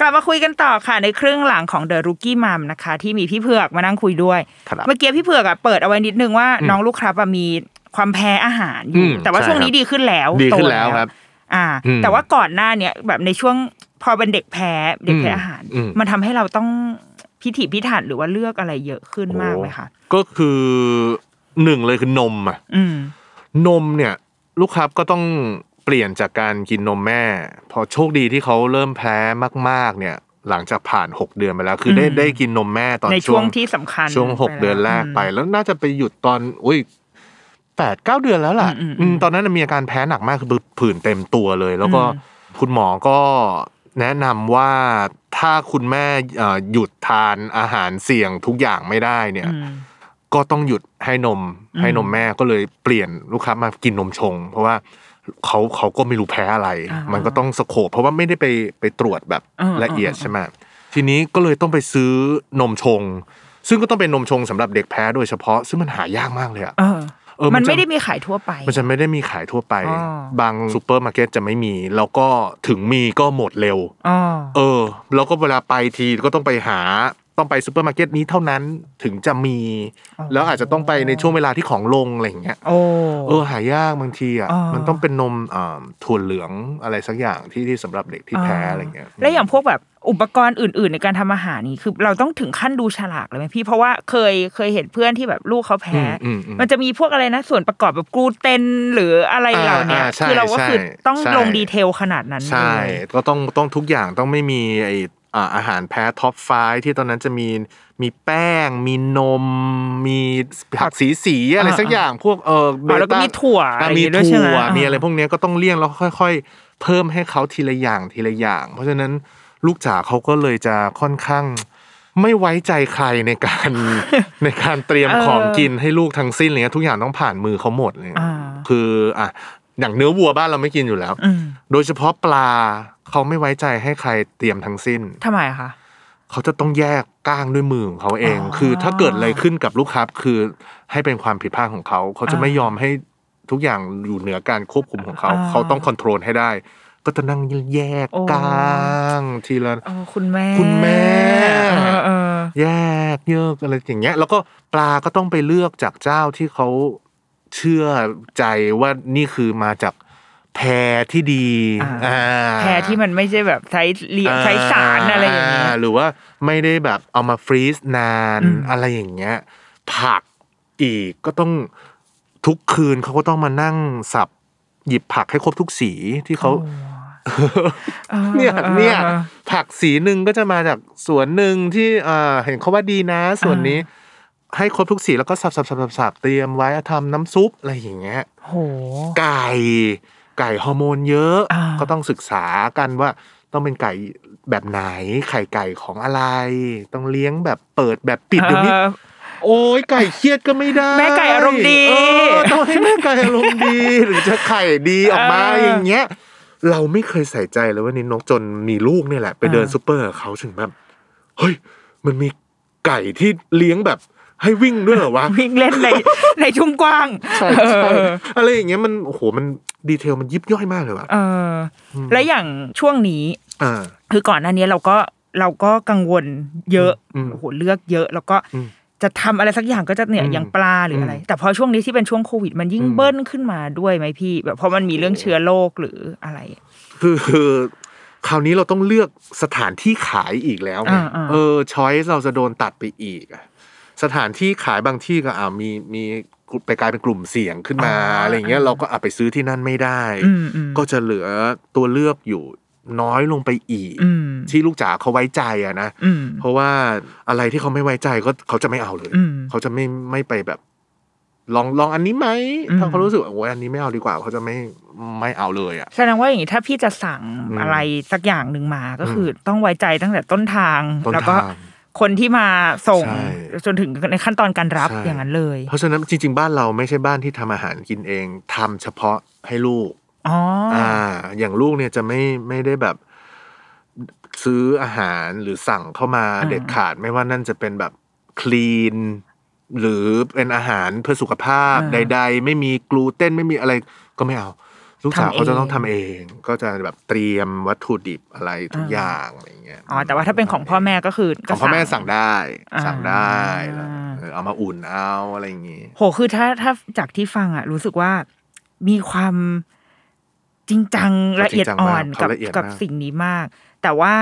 กลับมาคุยกันต่อค่ะในครึ่งหลังของ The Rookie Mom นะคะ ที่มีพี่เผือกมานั่งคุยด้วย
ครับ
เมื่อกี้พี่เผือกอะเปิดเอาไว้นิดนึงว่าน้องลูกครับอะมีความแพ้อาหารอ
อื
ยู่
ม
แต่ว่า
ใช่
ช่วง
ค
นี้
รับ
ดีขึ้นแล้ว
ดีขึ้น
โต
แล้วครับ
อ่า
อืม
แต่ว่าก่อนหน้าเนี่ยแบบในช่วงพอเป็นเด็กแพ้เด็กแพ้อาหาร
อืม
มันทำให้เราต้องพิถีพิถันหรือว่าเลือกอะไรเยอะขึ้นมากไหมคะ
ก็คือหนึ่งเลยคือนมอ่ะ
อืม
นมเนี่ยลูกค้าก็ต้องเปลี่ยนจากการกินนมแม่ พอโชคดีที่เขาเริ่มแพ้มาก ๆ เนี่ย หลังจากผ่าน 6 เดือนไปแล้ว คือได้
อืม
ได้กินนมแม่ตอน
ในช่วงที่สำคัญ
ช่วง
ไป
6 เดือนแรก
ม
ไป แล้วน่าจะไปหยุดตอนอุ้ยแปดเก้าเดือนแล้วล่ะ
อืมอืม
อืมตอนนั้นนะมีอาการแพ้หนักมากคือผื่นเต็มตัวเลย แล้วก็
อืม
คุณหมอก็แนะนำว่าถ้าคุณแม่เอ่อหยุดทานอาหารเสี่ยงทุกอย่างไม่ได้เนี่ย
อืม
ก็ต้องหยุดให้นมให้นมแม่ก็เลยเปลี่ยนลูกค้ามากินนมชง เพราะว่าเขาเขาก็ไม่รู้แพ้อะไร
อ่ามั
มันก็ต้องสโคบเพราะว่าไม่ได้ไปไปตรวจแบบ
อ่า
ละเอียด
อ่า
ใช่ไหมทีนี้ก็เลยต้องไปซื้อนมชง ซึ่งก็ต้องเป็นนมชงสำหรับเด็กแพ้โดยเฉพาะ ซึ่งมันหายากมากเลยอะ
เออ
เออมั
มัน
จะ
นไม่ได้มีขายทั่วไป
มันจะไม่ได้มีขายทั่วไป
อ๋อ
บางซูเปอร์มาร์เก็ตจะไม่มี แล้วก็ถึงมีก็หมดเร็ว
อ๋อ
เออแล้วก็เวลาไปทีก็ต้องไปหาต้องไปซูเปอร์มาร์เก็ตนี้เท่านั้นถึงจะมี
อ๋อ
แล้วอาจจะต้องไปในช่วงเวลาที่ของลงอะไรอย่างเงี้ย
โอ้
เออหายากบางทีอ่ะ
อ๋อ
มันต้องเป็นนมอ่าถั่วเหลืองอะไรสักอย่างที่ที่สำหรับเด็กที่แพ้อะไรเงี้ย
และอย่างพวกแบบอุปกรณ์อื่น ๆ ในการทำอาหารนี่คือเราต้องถึงขั้นดูฉลากเลยไหมพี่ เพราะว่าเคยเคยเห็นเพื่อนที่แบบลูกเขา
อื
แพ้
มอืมอืม
มันจะมีพวกอะไรนะ ส่วนประกอบแบบกลูเตนหรืออะไรเหล่าเนี้ย
อ่าอ่าใช่
คือเราก็คือ
ใช่
ต้อง
ใช่
ลงดีเทลขนาดนั้น
ใช่
เลย
ก็ต้องต้องทุกอย่างต้องไม่มีไออ่าอาหารแพ้ท็อปไฟที่ตอนนั้นจะมีมีแป้ง มีนม มีผักสีสีๆอะไร
อ่า
สักอย่างพวกเออ
อ๋อแล้วก็
เบต้า
มีถั่ว
อ่ะ
อะไรอ
มี
ย่างงี้ด้วยใช่
ถั่
ไหม
ว
อ่ามี
มีอะไรพวกเนี้ยก็ต้องเลี่ยงแล้วค่อยๆ เพิ่มให้เขาทีละอย่างทีละอย่าง เพราะฉะนั้นลูกจ๋าเขาก็เลยจะค่อนข้าง ไม่ไว้ใจใครในการ ในการเตรียมของกินให้ลูกทั้งสิ้นเลยนะทุกอย่างต้องผ่านมือเขาหมดเลย
อ่า
คืออ่ะอย่างเนื้อวัวบ้านเราไม่กินอยู่แล้ว
อืม
โดยเฉพาะปลาเขาไม่ไว้ใจให้ใครเตรียมทั้งสิ้น
ทำไมคะ
เขาจะต้องแยกก้างด้วยมือของเขาเอง
อ๋อ
คือถ้าเกิดอะไรขึ้นกับลูกค้าคือให้เป็นความผิดพลาดของเขา เขาจะไม่ยอมให้ทุกอย่างอยู่เหนือการควบคุมของเขา
อ่า
เขาต้องคอนโทรลให้ได้ ก็จะนั่งแยก
โอ้
ก้างทีละ
เออคุณแม่
คุณแม่
เออเออ
แยกเยอกอะไรอย่างเงี้ย แล้วก็ปลาก็ต้องไปเลือกจากเจ้าที่เขาเชื่อใจว่านี่คือมาจากแพรที่ดี
อ่า
อ่า
แพ้ที่มันไม่ใช่แบบใช้เลี้ยงใช้สารอะไรอย่างเงี้ย
หรือว่าไม่ได้แบบเอามาฟรีซนาน
อืม
อะไรอย่างเงี้ย ผักอีกก็ต้องทุกคืนเขาก็ต้องมานั่งสับหยิบผักให้ครบทุกสีที่เขา เนี่ยเนี่ย
เออ
ผักสีหนึ่งก็จะมาจากสวนหนึ่งที่เอ่อเห็นเขาว่าดีนะส่วนนี้ ให้ครบทุกสีแล้วก็สับสับสับสับสับเตรียมไว้เอาทำน้ำซุปอะไรอย่างเงี้ย
โห
ไก่ไก่ฮอร์โมนเยอะ
อ่า
ก็ต้องศึกษากันว่าต้องเป็นไก่แบบไหน ไข่ไก่ของอะไร ต้องเลี้ยงแบบเปิดแบบปิดเดี๋ยวนี้
เออ
โอ้ยไก่เครียดก็ไม่ได้
แม่ไก่อารมณ์ดี
เออต้องให้แม่ไก่อารมณ์ดี หรือจะไข่ดีออกมา
เออ
อ
อ
ย่างเงี้ย เราไม่เคยใส่ใจเลยว่านี่นกจนมีลูกเนี่ยแหละ ไปเดินซูเปอร์กับเขาถึงแบบเฮ้ยมันมีไก่ที่เลี้ยงแบบให้วิ่งด้วยเหรอวะ
วิ่งเล่นใน ในทุ่งกว้าง
ใช่
เอ
ใช่
อ
อะไรอย่างเงี้ยมันโอ้โหมันดีเทลมันยิบย่อยมากเลยว่ะ
เออและอย่างช่วงนี้
อ่า
คือก่อนหน้านี้เราก็เราก็กังวลเยอะ
อืม
โอ้โหเลือกเยอะ แล้วก็
อืม
จะทำอะไรสักอย่างก็จะเนี่ย
อืม
อย่างปลาหรืออะไร
อืม
แต่พอช่วงนี้ที่เป็นช่วงโควิดมันยิ่ง
อืม
เบิ้ลขึ้นมาด้วยไหมพี่ แบบเพราะมันมีเรื่องเชื้อโรคหรืออะไร
คือคือ คราวนี้เราต้องเลือกสถานที่ขายอีกแล้วไง
อ่าอ่า
เออช้อยเราจะโดนตัดไปอีกอะสถานที่ขายบางที่ก็อ่ามีมีไปกลายเป็นกลุ่มเสี่ยงขึ้นมาอะไรอย่างเงี้ยเราก็อาไปซื้อที่นั่นไม่ได้
อืมอืม
ก็จะเหลือตัวเลือกอยู่น้อยลงไปอีก
อืม
ที่ลูกจ๋าเขาไว้ใจอะนะ
อืม
เพราะว่าอะไรที่เขาไม่ไว้ใจก็เขาจะไม่เอาเลย
อืม
เขาจะไม่ไม่ไปแบบ ลองลองอันนี้ไหม
อืม
ถ้าเขารู้สึกว่าโอ้ยอันนี้ไม่เอาดีกว่า เขาจะไม่ไม่เอาเลยอ่ะ
แสดงว่าอย่างนี้ถ้าพี่จะสั่ง
อืม
อะไรสักอย่างหนึ่งมาก็คืออต้องไว้ใจตั้งแต่ต้นทาง
ต้นทาง
แล้วก็คนที่มาส่ง
ใช่
จนถึงในขั้นตอนการรับ
ใช่
อย่างนั้นเลย
เพราะฉะนั้นจริง ๆ บ้านเราไม่ใช่บ้านที่ทำอาหารกินเองทำเฉพาะให้ลูก
อ๋ออ
อ่า อย่างลูกเนี่ยจะไม่ไม่ได้แบบซื้ออาหารหรือสั่งเข้ามา
อ่า
เด็ดขาด ไม่ว่านั่นจะเป็นแบบคลีน หรือเป็นอาหารเพื่อสุขภาพใด ๆ ไม่มีกลูเตนไม่มีอะไรก็ไม่เอา ลูกสาวเขาจะต้องทำเอง ก็จะแบบเตรียมวัตถุดิบอะไรทุกอย่างอะไรเงี้ย
อ๋อแต่ว่าถ้าเป็นของพ่อแม่ก็คือ
ข
ก็
องพ่อแม่สั่งได้
อ่า
สั่งได้แล้วเออเอามาอุ่นเอาอะไรอย่างงี้
โหคือถ้าถ้าจากที่ฟังอ่ะ รู้สึกว่ามีความจริงจัง
เขา
ละ
จริ
เอียด
งจัง
อ่อ
มาก
น
เขา
กับ
ละเอียด
กับ
มาก
สิ่งนี้มาก แต่ว่า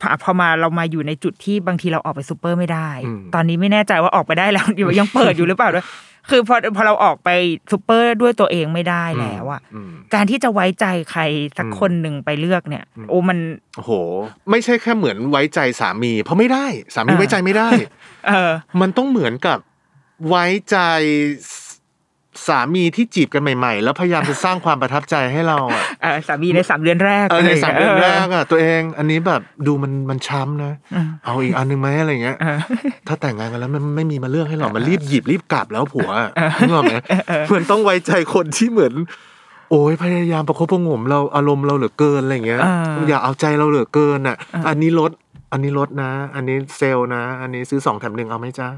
พอพอมาเรามาอยู่ในจุดที่บางทีเราออกไปซูเปอร์ไม่ได้
อืม
ตอนนี้ไม่แน่ใจว่าออกไปได้แล้ว อยู่ยังเปิดอยู่หรือเปล่าด้วยคือพอพอเราออกไปซูเปอร์ด้วยตัวเองไม่ได้แล้วอ่ะ
อืม
การที่จะไว้ใจใครสักคนหนึ่งไปเลือกเนี่ย โอ้มัน
โอ้โห ไม่ใช่แค่เหมือนไว้ใจสามี เพราะไม่ได้ สามี
อ่า
ไว้ใจไม่ได้
เออ
มันต้องเหมือนกับไว้ใจสสามีที่จีบกันใหม่ ๆ แล้วพยายามจะสร้างความประทับใจให้เราอ่ะ
เออสามีในสามเดือนแรก
เออในสามเดือนแรก
เออ
อ่ะตัวเองอันนี้แบบดูมันมันช้ำนะ เอาอีกอันหนึงไหมอะไรเงี้ยถ้าแต่งงานกันแล้วมันไม่มีมาเลือกให้หรอกมันรีบหยิบรีบกลับแล้วผัวอะนึกออกไหมเหมือนต้องไว้ใจคนที่เหมือน โอ้ยพยายามประคบประหงมเราอารมณ์เราเหลือเกินอะไรเงี้ย
อ่า
อย่าเอาใจเราเหลือเกินอ่ะ อันนี้ลดอันนี้ลดนะ อันนี้เซลล์นะ อันนี้ซื้อสองแถมหนึ่งเอาไหมจ้า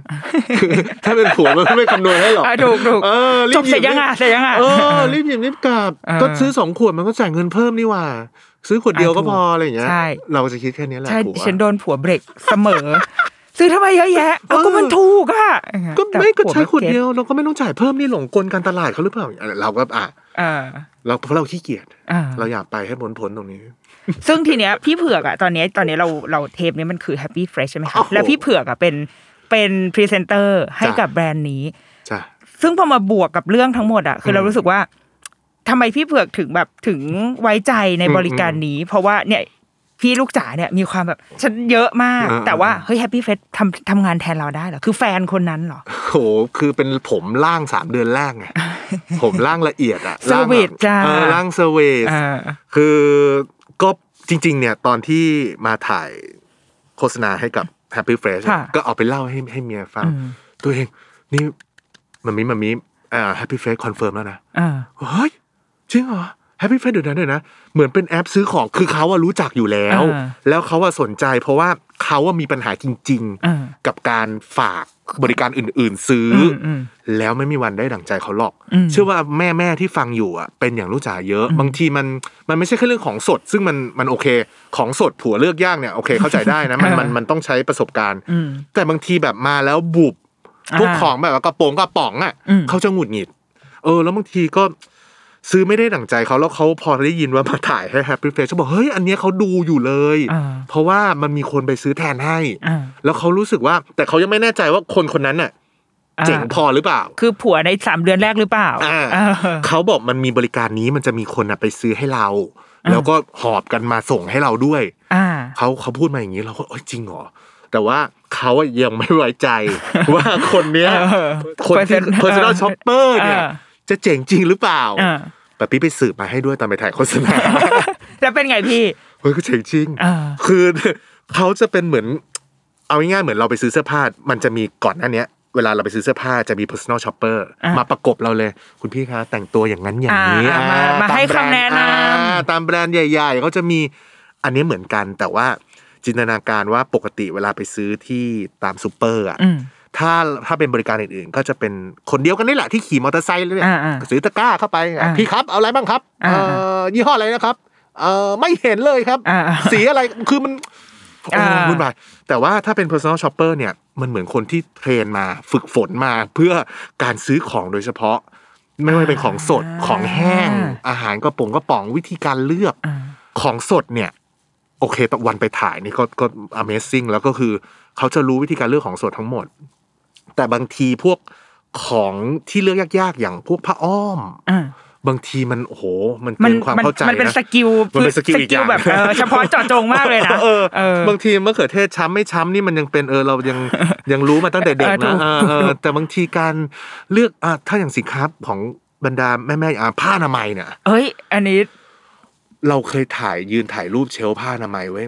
คือถ้าเป็นผัวมันไม่คำนวณให้หรอก
อ่ะถูกถูก
เออรี
จ
บบ ห
เสร็
ยิ
จ
บ
ยังอ่ะเสร็จยังอ่ะ
เออรีบหยิบรีบกลับ
เออ
ก็ซื้อสองขวดมันก็จ่ายเงินเพิ่มนี่หว่า ซื้อขวดเดียวก็
อ่ะถูก
พออะไรอย่างเงี้ย
ใช่
เราจะคิดแค่เนี้ยแหละ
ใช่
ผัว
ฉันโดนผัวเบรกเสมอ ซื้อทำไมเยอะแยะเอาก็มันถูกอ่ะ
ก็
แต่
ไม่ก็ใช้ข
ผั
วดเดียวเราก็ไม่ต้องจ่ายเพิ่มนี่หลงกลการตลาดเขาหรือเปล่าเราก็อ่ะ
เออ
เราเพราะเราขี้เกียจ
อ่า
เราอยากไปให้ผลผลตรงนี้
ซึ่งทีเนี้ยพี่เผือกอ่ะตอนเนี้ยตอนเนี้ยเราเราเทปนี้มันคือ Happy Fresh ใช่ไหม
โอ้
คะ
โห
แล้วพี่เผือกอ่ะเป็นเป็นพรีเซนเตอร์ให้
จ้ะ
กับแบรนด์นี้
จ้ะ
ซึ่งพอมาบวกกับเรื่องทั้งหมดอ่ะคือเรารู้สึกว่าทำไมพี่เผือกถึงแบบถึงไว้ใจในบริการนี้ เพราะว่าเนี่ยพี่ลูกจ๋าเนี่ยมีความแบบฉันเยอะมาก
อ่า
แต่ว่าเฮ้ยแฮปปี้เฟสทำทำงานแทนเราได้เหรอคือแฟนคนนั้นเหรอ
โหคือเป็นผมล่างสามเดือนแรก ไง ผมล่างละเอียดอะ
เซอร์วิสจ้า
ล่างแบบเออล่างเซอร์เวส
อ่า
คือก็จริง ๆ เนี่ยตอนที่มาถ่ายโฆษณาให้กับ Happy Fresh
ค่ะ
ก็เอาไปเล่าให้ให้เมียฟัง
อืม
ตัวเองนี่มันมีมันมีอ่า Happy Fresh คอนเฟิร์มแล้วนะ
อ่า
เฮ้ยจริงเหรอแฮปปี้เฟสเดี๋ยวนั้นเลยนะ เหมือนเป็นแอปซื้อของคือเขาอะรู้จักอยู่แล้ว
อ่า
แล้วเขาอะสนใจ เพราะว่าเขาอะมีปัญหาจริง
อ่า
ๆ กับการฝากบริการอื่น ๆ ซื้ออ
มอืม
แล้วไม่มีวันได้ดั่งใจเขาหรอก เชื่อว่าแม่แม่ๆที่ฟังอยู่อะเป็นอย่างรู้จักเยอะ บางทีมันมันไม่ใช่แค่เรื่องของสด ซึ่งมันมันโอเค ของสดผัวเลือกยากเนี่ยโอเคเข้าใจได้ นะมันมันมันต้องใช้ประสบการณ์ แต่บางทีแบบมาแล้วบุบพวก
อ่า
ของแบบว่ากระโปรงกระป๋องอะเขาจะหงุดหงิด เออแล้วบางทีก็ซื้อไม่ได้ดั่งใจเขาแล้วเขาพอได้ยินว่ามาถ่ายให้ Happy f r i e n d เขาบอกเฮ้ยอันเนี้ยเขาดูอยู่เลย
อ่า
เพราะว่ามันมีคนไปซื้อแทนให้
อ่า
แล้วเขารู้สึกว่า แต่เขายังไม่แน่ใจว่าคนคนนั้นน่ะ
อ่า
เจ๋งพอหรือเปล่า
คือผัวในสามเดือนแรกหรือเปล่า
อ่า
เออ
เขาบอกมันมีบริการนี้มันจะมีคนน่ะไปซื้อให้เรา แล้วก็หอบกันมาส่งให้เราด้วย
อ่า
เขาเขาพูดมาอย่างนี้เราก็เอ้ยจริงเหรอแต่ว่าเขาอะยังไม่ไว้ใจ ว่าคนเนี้ย
เออ
คนที่
Person- เออ
personal shopper เนี่ย
เออ
จะเจ๋งจริงหรือเปล่า
เออ
แต่พี่ไปสืบมาให้ด้วยตอนไปถ่ายโฆษณา
แล้วเป็นไงพี่
เฮ้ยก็เจ๋งจริง
เออ
คือ เขาจะเป็นเหมือน เอาง่ายๆเหมือนเราไปซื้อเสื้อผ้า มันจะมีก่อนหน้าเนี้ย เวลาเราไปซื้อเสื้อผ้าจะมี personal shopper มาประกบเราเลย คุณพี่คะ แต่งตัวอย่างนั้นอย่างนี้
อ่ามา
อ่
มา
ต
ให้
บรด์
คำแนะ
อ
นำ
่าตามแบรนด์ใหญ่ๆเขาจะมีอันนี้เหมือนกัน แต่ว่าจินตนาการว่าปกติเวลาไปซื้อที่ตามซูเปอร์อ่ะ
อืม
ถ้าถ้าเป็นบริการอื่นๆ ก็จะเป็นคนเดียวกันนี่แหละที่ขี่มอเตอร์ไซค์เลยเนี่ย
อ่าอ่า
ซื้อตะกร้าเข้าไป
อ่า
พี่ครับเอาอะไรบ้างครับ
อ่า
เอ่อยี่ห้ออะไรนะครับเออไม่เห็นเลยครับ
อ่าอ่า
สีอะไรคือมันโอ้
อ่า
วุ่นวายแต่ว่าถ้าเป็น personal shopper เนี่ยมันเหมือนคนที่เทรนมาฝึกฝนมาเพื่อการซื้อของโดยเฉพาะ ไม่ว่าจะเป็นของสดของแห้ง อาหารกระป๋องกระป๋องวิธีการเลือกของสดเนี่ย โอเคตอนวันไปถ่ายนี่ก็ก็ Amazing แล้วก็คือเขาจะรู้วิธีการเลือกของสดทั้งหมด แต่บางทีพวกของที่เลือกยากๆ อย่างพวกผ้าอ้อม
อ่า
บางทีมันโอ้โห มัน
มั
เกิ
น
นความ
มัน
เข้าใจ
มันเป็น
นะ
สกิล
มันเป็นสกิลอีกอย่าง
แบบเออเฉพาะเจาะจงมากเลยนะ
เออ
เออ
บางทีมะเขือเทศช้ำไม่ช้ำนี่มันยังเป็นเออเรา ยัง ยังรู้มาตั้งแต่เด็ก
เออถู
นะ
ก
เออเออแต่บางทีการเลือกอ่ะถ้าอย่างสินค้าของบรรดาแม่ๆอ่ะผ้าอนามัยเนี่ย
เฮ้ย อันนี้
เราเคยถ่ายยืนถ่ายรูปเชลฟ์ผ้าอนามัยเว้ย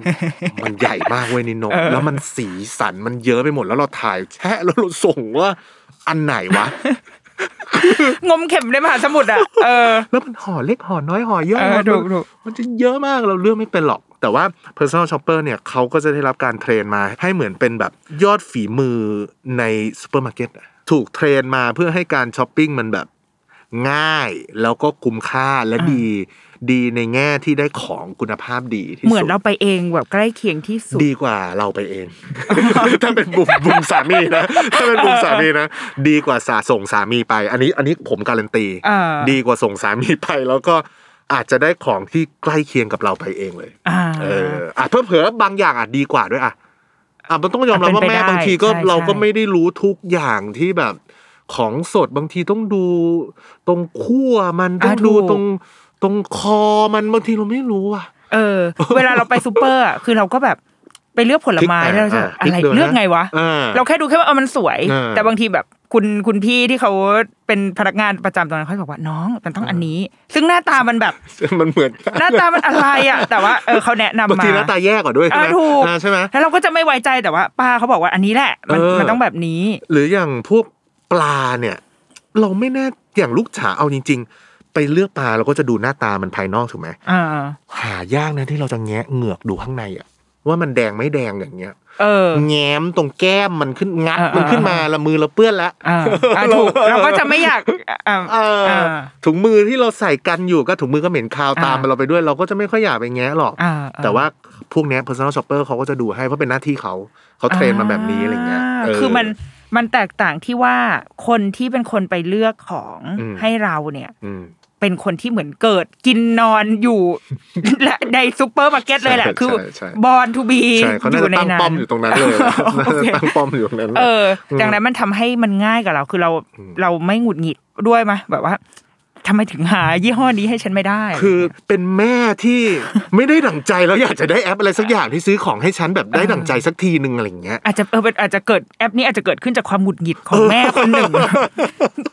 มันใหญ่มากเว้ยนิโนก แล้วมันสีสันมันเยอะไปหมดแล้วเราถ่ายแชะแล้วเราส่งว่าอันไหนวะ
งมเข็มในมหาสมุทร อ่ะ เออ
แล้วมันห่อเล็กห่อน้อยห่อย่อย
เออ
มัน
ถูกถูก
มันจะเยอะมากเราเลือกไม่เป็นหรอก แต่ว่า personal shopper เนี่ยเขาก็จะได้รับการเทรนมาให้เหมือนเป็นแบบยอดฝีมือในซูเปอร์มาร์เก็ตอะถูกเทรนมาเพื่อให้การช้อปปิ้งมันแบบง่ายแล้วก็คุ้มค่าและดีดีในแง่ที่ได้ของคุณภาพดีที่สุด
เหมือนเราไปเองแบบใกล้เคียงที่สุด
ดีกว่าเราไปเอง ถ้าเป็นบุมบุมสามีนะ ถ้าเป็นบุมสามีนะ ดีกว่าสาส่งสามีไป อันนี้อันนี้ผมการันตี
อ่า
ดีกว่าส่งสามีไป แล้วก็อาจจะได้ของที่ใกล้เคียงกับเราไปเองเลย
อ่า
เอออ่ะเผื่อๆบางอย่างอาจดีกว่าด้วยอ่ะอ่ะมันต้องยอมรับ
อ่ะ
ว่า
เป็นไป
แม่
ได้
บางทีก็
ใช่
เราก็
ใช่
ไม่ได้รู้ทุกอย่างที่แบบของสดบางทีต้องดูตรงคั่วมันต้องดูตรงตรงคอมันบางทีเราไม่รู้อ่ะ
เออ เวลาเราไปซูเปอร์อะคือเราก็แบบไปเลือกผลไม้
พลิกอ่ะ
แล้วเราจะ
อ่ะพลิก
อะไร
ดูนะ
เลือกไงวะ
อ่า
เราแค่ดูแค่ว่าเออมันสวย
อ่า
แต่บางทีแบบคุณคุณพี่ที่เขาเป็นพนักงานประจำตรงนั้นเขาบอกว่าน้องมันต้องอันนี้ ซึ่งหน้าตามันแบบ
มันเหมือนกัน
หน้าตามันอะไรอ่ะ แต่ว่าเออเขาแนะนำมา
บางทีหน้าตาแย่กว่าด้วย
เอ
ใช่ไหม
อถูก
อ่าใช่ไหม
แล้วเราก็จะไม่ไว้ใจแต่ว่าป้าเขาบอกว่าอันนี้แหละ มัน
เออ
มันต้องแบบนี้
หรืออย่างพวกปลาเนี่ย เราไม่แน่อย่างลูกฉาเอาจริง ๆ ไปเลือกปลาเราก็จะดูหน้าตามันภายนอกถูกไหม
อ่า
หายากนะที่เราจะแงะเหงือกดูข้างในอะว่ามันแดงไม่แดงอย่างเงี้ย
เออ
แง้มตรงแก้มมันขึ้นงัด
อ่ามั
มันขึ้นมาละมือเราเปื้อนละ
อ่าอ่าถูกเราก็จะไม่อยากอ่า
เออ
อ่า
ถุงมือที่เราใส่กันอยู่ก็ถุงมือก็เหม็นคาวตาม
อ่า
เราไปด้วย เราก็จะไม่ค่อยอยากไปแงะหรอก
อ่าอ่า
แต่ว่าพวกเนี้ย personal shopper เขาก็จะดูให้เพราะเป็นหน้าที่เขาเขาเทรนมาแบบนี้อะไรเงี้ยเ
คือมันมันแตกต่างที่ว่าคนที่เป็นคนไปเลือกของ
อืม
ให้เราเนี่ย
อืม
เป็นคนที่เหมือนเกิดกินนอนอยู่ และในซูเปอร์มาร์เก็ตเลยแหละ
ใช่
คือ
ใช่ใช่
บอลทูบี
ใช่เขา
อ
น่า
ยู่
จะ
ใน
ตั้ง
นั้น
ป้อมอยู่ตรงนั้นเลยนะ
โอเค
ตั้งป้อมอยู่ตรงนั้นลย
เออดังนั้นมันทำให้มันง่ายกับเรา คือเราเราไม่หงุดหงิดด้วยมะแบบว่าทำไมถึงหายี่ห้อนี้ให้ฉันไม่ได้
คือเป็นแม่ที่ ไม่ได้ดั่งใจแล้วอยากจะได้แอปอะไรสักอย่างที่ซื้อของให้ฉันแบบได้ดั่งใจสักทีหนึ่งอะไรอย่างเงี้ย
อาจจะเออเป็นอาจจะเกิดแอปนี้อาจจะเกิดขึ้นจากความหงุดหงิดของแม่คนหนึ่ง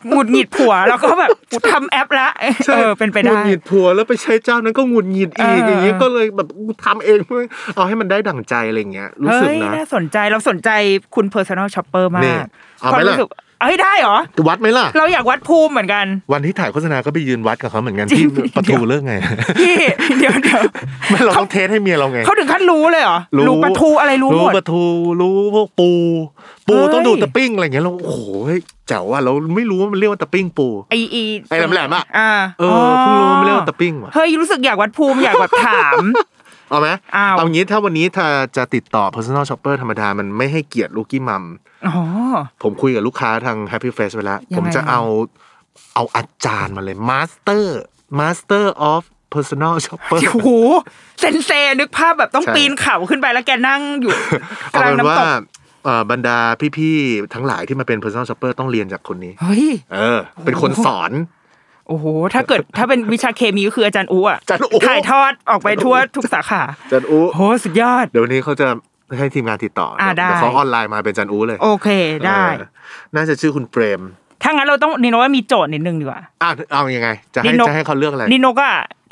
หงุดหงิดผัวแล้วก็แบบกูทำแอปละ
ใช่
เออเป็นไป
หงุ
ได้
ดหงิดผัวแล้วไปใช้เจ้านั้นก็หงุดหงิดอีก
เอออ
อย่างเงี้ยก็เลยแบบกูทำเองเพื่อเอาให้มันได้ดั่งใจอะไรอย่างเงี้ยรู้สึก
เฮ้ย
นะ
น่าสนใจเราสนใจคุณ personal shopper มา
นี่
ก
เอา
ค
ไหม
วาม
ล่ะ
รู้สึกเอ้ยได้เหรอ
วัดไหมล่ะ
เราอยากวัดภูมิเหมือนกัน
วันที่ถ่ายโฆษณาก็ไปยืนวัดกับเขาเหมือนกัน
จริ
ที่
ง
ประตูเลิกไง
พี่ เดี๋ยวเดี๋ยว
ไม่เราต้องเทสให้เมียเราไง
เขาถึงขั้นรู้เลยเหรอ
รู้
ปลาทูอะไรรู้หมด
ปลาทูรู้พวกปู ปู
เฮ้ย
ต้องดูดตะปิ้งอะไรอย่างเงี้ยเราโอ้โหเจ๋วว่าเราไม่รู้ว่ามันเรียกว่าตะปิ้งปู
ไออี
ไอ้แหลมๆอะ
อ่า
เออเพิ่งรู้ว่ามันเรียกว่าตะปิ้งว่ะ
เฮ้ยรู้สึกอยากวัดภูมิอยากแบบถาม
เอาไหม
อ้าว
เอางี้ถ้าวันนี้ถ้าจะติดต่อ personal shopper ธรรมดา มันไม่ให้เกียรติลูกกี้มัม
อ๋อ
ผมคุยกับลูกค้าทาง Happy Face ไปแล้ว
ยังไง
ผมจะเอาเอาอาจารย์มาเลย Master Master of personal shopper
โอ้โหเซนเซนึกภาพแบบต้อง
ใช่
ปีนเขาขึ้นไปแล้วแกนั่งอยู่
เอา
กลาง
เป็นว่า
น้ำตก
เอ่อบรรดาพี่ๆทั้งหลายที่มาเป็น personal shopper ต้องเรียนจากคนนี้
เฮ้ย
เออ เป็นคนสอน
โอ้โห ถ้าเกิดถ้าเป็นวิชาเคมีก็คืออาจารย์อู๋อ่ะ
อาจารย์อู๋
ถ่ายทอดออกไปทั่วทุกสาขา
อาจารย์อู๋
โหสุดยอด
เดี๋ยววนนี้เขาจะให้ทีมงานติดต่อ
อ่าได้
เดี๋ยวเขาออนไลน์มาเป็นจันอูเลย
โอเคได้
เออน่าจะชื่อคุณเปรม
ถ้างั้นเราต้องนิโนว่ามีโจทย์นิดนึงดีกว่า
อ่ะเอายังไง จะให้
นิโน
จะให้เขาเลือกอะไร
นิโนก็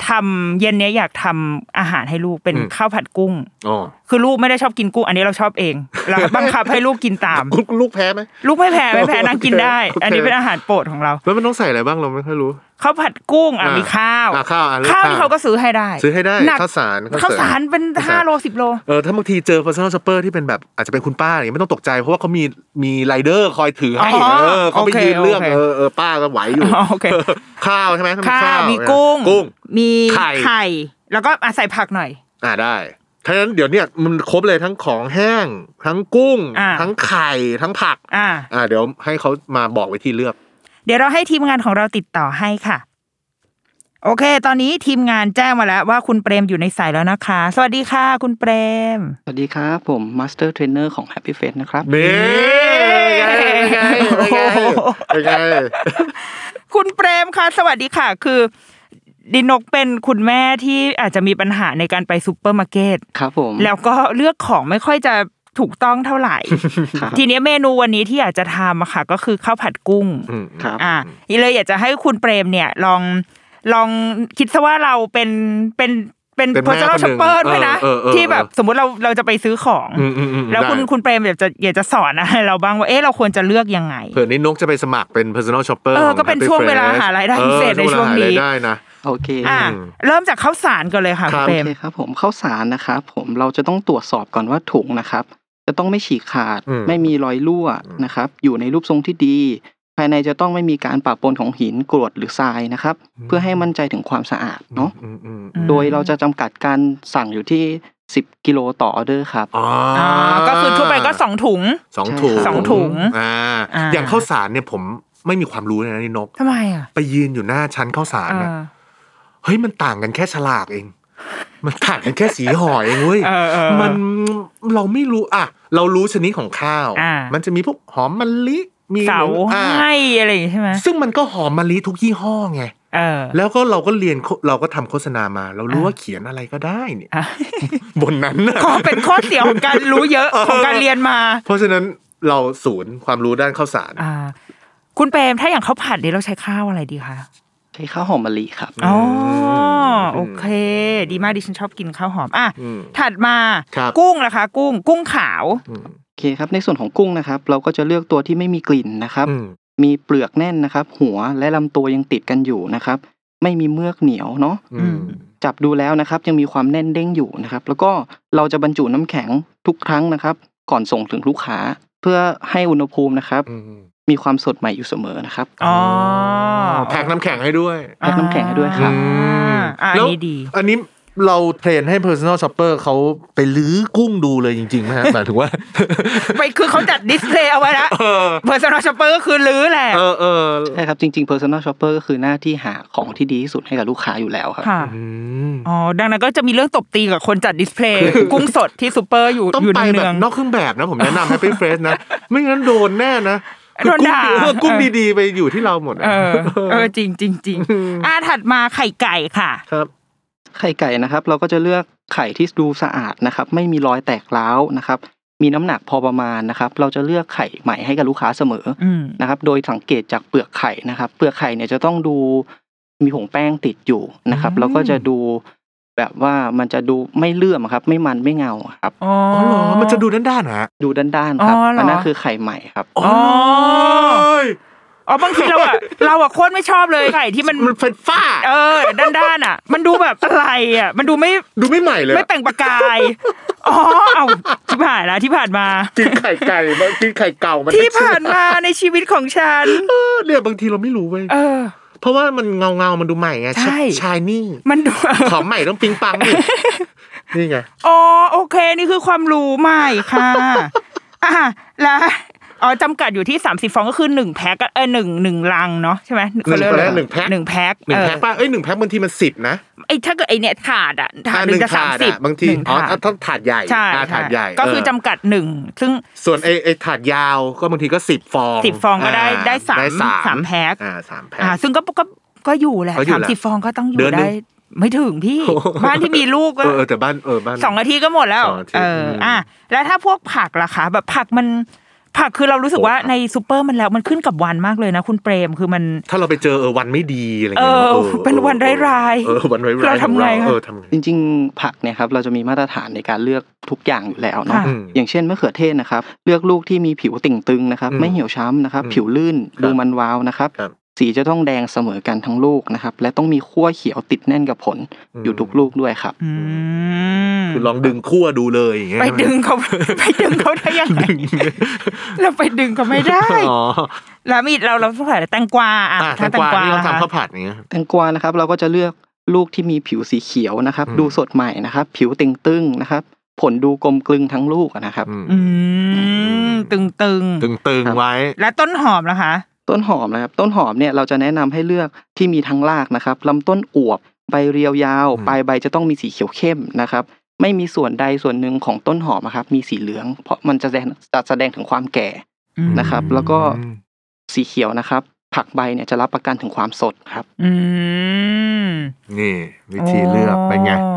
ทำเย็นเนี้ยอยากทำอาหารให้ลูกเป็น
อืม
ข้าวผัดกุ้ง
อ๋อ
คือลูกไม่ได้ชอบกินกุ้ง อันนี้เราชอบเองเราบังคับให้ลูกกินตาม
ลูกลูกแพ้ไหม
ลูกไม่แพ้ไม่
โอเคน
แพ้างกินได้
โอเค
อันนี้เป็นอาหารโปรดของเรา
แล้วมันต้องใส่อะไรบ้างเราไม่ค่อยรู้
ข้าวผัดกุ้งอ่ะ
อ่ะ
มีข้าว
อ่ะข้าวอ่ะเลือก
ข้าว
ข้าว
นี่เขาก็ซื้อให้ได้
ซื้อให้ได้
นัก
ข้าวสารข้า
ข้าว ว
สาร
สารเป็นห้าโลสิบโล
เออถ้าบางทีเจอ personal shopper ที่เป็นแบบอาจจะเป็นคุณป้าอะไรอย่างเงี้ยไม่ต้องตกใจ เพราะว่าเขามีมีไรเดอร์คอยถือให้
อ๋อ
เออเขาไป
โอเค
ยืนเลือก
โอเค
เออเออป้าก็ไหวอยู่
อ๋อโอเค
ข้าวใช่ไหมต้องมี
ข้า
ข้าวว
มีกุ้
กุ้ง
มี
ไข่
ไข่ แล้วก็อะใส่ผักหน่อย
อ่าได้ทั้งนั้นเดี๋ยวเนี่ยมันครบเลยทั้งของแห้ง ทั้งกุ้ง
อ่า
ทั้งไข่ทั้งผัก
อ่า
อ่าเดี๋ยวให้เขามาบอกวิธีเลือก
เดี๋ยวเราให้ทีมงานของเราติดต่อให้ค่ะ โอเค ตอนนี้ทีมงานแจ้งมาแล้วว่าคุณเปรมอยู่ในสายแล้วนะคะ สวัสดีค่ะ คุณเปรม
สวัสดีครับ ผมมาสเตอร์เทรนเนอร์ของ Happy Face นะครับ
เบ้ไงไง
โอ้
ไง
โห
ไง
คุณเปรมค่ะ สวัสดีค่ะ คือดินกเป็นคุณแม่ที่อาจจะมีปัญหาในการไปซูเปอร์มาร์เก็ต
ครับผม
แล้วก็เลือกของไม่ค่อยจะถูกต้องเท่าไห ร่
ครับ
ทีเนี้ยเมนูวันนี้ที่อยากจะทำอะค่ะ ก็คือข้าวผัดกุ้ง
ครับ
อ่าเลยอยากจะให้คุณเปรมเนี่ยลองลองคิดซะว่าเราเป็นเป็นเป็น
เป็น
พ
แม่
อเจ้า
คนหนึ่
ช็อป
ง
เปอร์ด้วยนะ
เออเออเออ
ที่แบบสมมุติเราเราจะไปซื้อของ
อืมอืมอืม
แล้วคุณ
ได้
คุณเปรมอยากจะอยากจะสอนอะไรเราบ้างว่าเอ๊ะเราควรจะเลือกยังไง
เผื่อนี่นกจะไปสมัครเป็น personal shopper
เออ
ของ
ก็เป็น
Happy
ช่วงเวลา
Friends
หารายได้
ออ
พิเศษในช่วงนี้
หารายได้นะ
โอเค
อ่าเริ่มจากข้าวสารก่อนเลยค่ะ
ค
คุ
รั
ณ
บ
เปร
โอ
ม
เคครับผมข้าวสารนะครับผมเราจะต้องตรวจสอบก่อนว่าถุงนะครับ จะต้องไม่ฉีกขาด
อืม
ไม่มีรอยรั่ว
อืม
นะครับ อยู่ในรูปทรงที่ดี ภายในจะต้องไม่มีการปะปนของหินกรวดหรือทรายนะครับ เพื่อให้มั่นใจถึงความสะอาดเนาะ
อืมอืม
อืม
โดยเราจะจำกัดการสั่งอยู่ที่ 10 กิโลต่อออเดอร์ครับ
อ๋อ
อ่าก็คือทั่วไปก็สองถุง
สองถุง
สองถุง
อ่า
อ่า
อย่างข้าวสารเนี่ยผมไม่มีความรู้เลยนะนี่นก
ทำไมอ่ะ
ไปยืนอยู่หน้าชั้นข้าวสาร
เอ
นะ
อ
เฮ้ยมันต่างกันแค่ฉลากเอง มันต่างกันแค่สีห่อเองเว้ย
เออเออ
มันเราไม่รู้อ่ะ เรารู้ชนิดของข้าว
อ่ามั
มันจะมีพวกหอมมะลิมี
เสา
อ่า
ให้อะไรอย่างงี้ใช่ไหม
ซึ่งมันก็หอมมะลิทุกยี่ห้อไง
เออ
แล้วก็เราก็เรียนโฆเราก็ทำโฆษณามา เรารู้
อ่า
ว่าเขียนอะไรก็ได้เนี่ยบนนั้นน่ะ
ขอเป็นข้อเสียของการรู้เยอะ ของการเรียนมา
เพราะฉะนั้นเราศูนย์ความรู้ด้านข้าวสาร
อ่า คุณเปรมถ้าอย่างข้าวผัดเนี่ยเราใช้ข้าวอะไรดีคะ
ใช้ข้าวหอมมะลิครับ
อ๋อโอเค ดีมากดิฉันชอบกินข้าวหอม อ่ะ
อืม
ถัดมา
ครับ
กุ้งนะคะ กุ้ง กุ้งขาว
โอเคครับในส่วนของกุ้งนะครับเราก็จะเลือกตัวที่ไม่มีกลิ่นนะครับ
อืม
มีเปลือกแน่นนะครับ หัวและลำตัวยังติดกันอยู่นะครับ ไม่มีเมือกเหนียวเนาะ
อืม
จับดูแล้วนะครับยังมีความแน่นเด้งอยู่นะครับ แล้วก็เราจะบรรจุน้ำแข็งทุกครั้งนะครับ ก่อนส่งถึงลูกค้า เพื่อให้อุณหภูมินะครับ
อืม
มีความสดใหม่อยู่เสมอนะครับ
อ๋อ
แพ็คน้ำแข็งให้ด้วย
แพ็คน้ำแข็งให้ด้วยครับ
อืม
อ่าอัน
แล้ว
นี้ดี
อันนี้เราเทรนให้ personal shopper เขาไปลื้อกุ้งดูเลยจริงๆไหมฮะห มายถึงว่า
ไปคือเขาจัดดิสเพล ย์เอาไว้ละ
เออ
เพอร์ซนอลชอปเปอร์ก็คือลื้อแหละ
เออเออ
ใช่ครับจริงๆ personal shopper ก็คือหน้าที่หาของที่ดีที่สุดให้กับลูกค้าอยู่แล้วครับ
ค่ะ
อืม
อ๋อ ดังนั้นก็จะมีเรื่องตบตีกับคนจัดดิสเพลย์ กุ้งสดที่ซูเปอร์อยู่
ต้อง
อยู่
ไปแบ
เนื
บ
องๆ
นอกเครื่องแบบนะ ผมแนะนำ Happy f r e s h นะ ไม่งั้นโดนแน่นะ
โดนด่า
คือกุ้งเออกุ้งดีๆ ไปอยู่ที่เราหมดอะ
เออ เออ จริงจริงจริงอ่าถัดมาไข่ไก่ค่ะ
ครับ
ไข่ไก่นะครับเราก็จะเลือกไข่ที่ดูสะอาดนะครับ ไม่มีรอยแตกร้าวนะครับ มีน้ำหนักพอประมาณนะครับ เราจะเลือกไข่ใหม่ให้กับลูกค้าเสมอ
อืม
นะครับ โดยสังเกตจากเปลือกไข่นะครับ เปลือกไข่เนี่ยจะต้องดูมีผงแป้งติดอยู่นะครับ
อืม
แล้วก็จะดูแบบว่ามันจะดูไม่เลื่อมครับ ไม่มันไม่เงาครับ
อ๋อ
อ๋อเหรอ มันจะดูด้านๆนะ
ดูด้านๆครับ
อ๋อเหรออั
นนั้นคือไข่ใหม่ครับ
อ๋อเอ้ย
อ๋อบางทีเราอะเราอะโคตรไม่ชอบเลยไก่ที่มัน
มันเป็นฝ้า
เออด้านด้านๆอ่ะ มันดูแบบอะไรอ่ะ มันดูไม่
ดูไม่ใหม่เลย
ไม่แต่งประกายอ๋อเอาที่ผ่านละที่ผ่านมา
กินไข่ไก่มากินไข่เก่ามัน
ที่ผ่านมาในชีวิตของฉัน
เออเนี่ยบางทีเราไม่รู้เว้ย
เออ
เพราะว่ามันเงาเงาๆมันดูใหม่ไง
ใช่
ชายนี่
มันดู
ของใหม่ต้องปิงปัง ดินี่ไง
อ๋อโอเคนี่คือความรู้ใหม่ค่ะอ่ะแล้ว อ๋อจำกัดอยู่ที่ 30 ฟองก็คือ 1 แพ็คอะเออหนึ่งหนึ่งลังเนาะใช่ไหมเขาเรียกอะไร
หนึ่งแพ็ค
หนึ่งแพ็ค
หนึ่ง
เออ
แพ็คป้าเอ้ยหนึ่งแพ็คบางทีมันสิบนะ
ไอ้ถ้าเกิดไอ้เนี่ยถาดอะถาด
อ่ะ
หนึ่งจะสามสิบ
ถดอะบางทีอ๋อถ้าถ้าถาดใหญ่
ใช่
อ่ะถาดใหญ่
ก็คือ
เ
จำกัดหนึ่งซึ่ง
ส่วนไอ้ไอ้ถาดยาวก็บางทีก็สิบฟอง
สิบฟองก็ได้
า
ได้สามสามแพ็ค
อ่าสามแพ็ค
อ่าซึ่งก็ก็ก็อยู่แหละ
ก็อยู่
สาม
แหละ
สิบฟองก็ต้องอ
เดื
ยู่
อนหนึ่
ได้
ง
ไม่ถึงพี่ บ้านที่มีลูกก็
เออเออแต่บ้านเออบ้าน
สองนาทีก็หมดแล้ว
สองอาทิตย์
เออ
ม
อ่ะ แล้วถ้าพวกผักล่ะคะ แบบผักมัน ผักคือเรารู้สึก
โอ้
ว่า
ผัก
ในซูเปอร์มันแล้วมันขึ้นกับวันมากเลยนะคุณเปรมคือมัน
ถ้าเราไปเจอเออวันไม่ดีอะไร
เอ
เงี้ย
อ
เออ
เป็นวันร้ายๆ
เออวันร้ายๆ
เราทำไง
ขอ
คะ
เออทำไง
จริงๆ ผักเนี่ยครับเราจะมีมาตรฐานในการเลือกทุกอย่างอยู่แล้วเนาะ
ค่ะ
อืม
อย่างเช่นมะเขือเทศนะครับ เลือกลูกที่มีผิวติ่งตึงนะครับ
อืม
ไม่เหี่ยวช้ำนะครับ
อืม
ผิวลื่น
ครับ
ดูมันวาวนะครับ
ครับ
สีจะต้องแดงเสมอกันทั้งลูกนะครับและต้องมีขั้วเขียวติดแน่นกับผล
อืม
อยู่ทุกลูกด้วยครับ
อืม
คือลองดึงขั้วดูเลยอย่างเงี้ย
ไปดึงเขา ไปดึงเขาได้ ยังไงเราไปดึงเขาไม่ได้
ใช่ไหมอ๋อ
แล้วมีเราเราต้องใส่แตงกวาอ่ะ
อ่ะแต
ถ้าง
กวาที่เรา
ล่ะคะ
ทำข้าวผัดอย่างเงี้ย
แตงกวานะครับเราก็จะเลือกลูกที่มีผิวสีเขียวนะครับ
อืม
ดูสดใหม่นะครับ ผิวเต่งตึงนะครับ ผลดูกลมกลึงทั้งลูกอะนะครับ
อืม
อืม ตึงตึง
ตึงตึง
ครับ
ไว้
และต้นหอมนะคะ
ต้นหอมนะครับ ต้นหอมเนี่ยเราจะแนะนำให้เลือกที่มีทั้งรากนะครับลำต้นอวบใบเรียวยาวปลายใบจะต้องมีสีเขียวเข้มนะครับ ไม่มีส่วนใดส่วนหนึ่งของต้นหอมนะครับ มีสีเหลือง เพราะมันจะแสดงจะแสดงถึงความแก่
อืม
นะครับ แล้วก็สีเขียวนะครับ ผักใบเนี่ยจะรับประกันถึงความสดครับ
อืม
นี่ วิธีเลือกเป็นไง
โอ้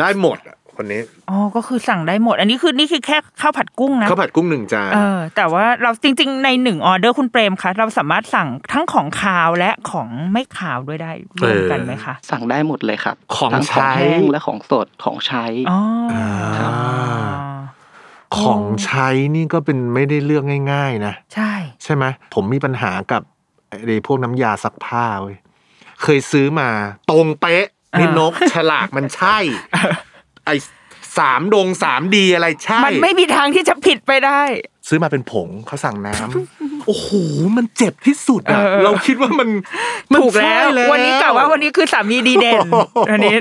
ได้หมดอ่ะคนนี้
อ๋อก็คือสั่งได้หมด อันนี้คือนี่คือแค่ข้าวผัดกุ้งนะ
ข้าวผัดกุ้งหนึ่งจาน
เออแต่ว่าเราจริง ๆ ในหนึ่งออเดอร์คุณเปรมคะเราสามารถสั่งทั้งของคาวและของไม่คาวด้วยได้รวมกันไหมคะ
สั่งได้หมดเลยครับ
ของ
ทั้ข
ใช้
องแห้งและของสดของใช้
อ๋อ
ครับ ของใช้นี่ก็เป็นไม่ได้เลือกง่าย ๆ นะ
ใช่
ใช่ไหมผมมีปัญหากับไอ้พวกน้ำยาซักผ้าเว้ยเคยซื้อมา ตรงเป๊ะ
อ่านี่
นี่นก ฉลากมันใช่ ไอ้สามดงสามดีอะไรใช่
มันไม่มีทางที่จะผิดไปได้
ซื้อมาเป็นผงเขาสั่งน้ำ โอ้โห มันเจ็บที่สุดอะ
เออ
เราคิดว่ามันมัน
ถูกแล้ว
ใช่
วันนี้กล่าวว่าวันนี้คือสามีดี เด่น
โโห
อันนี้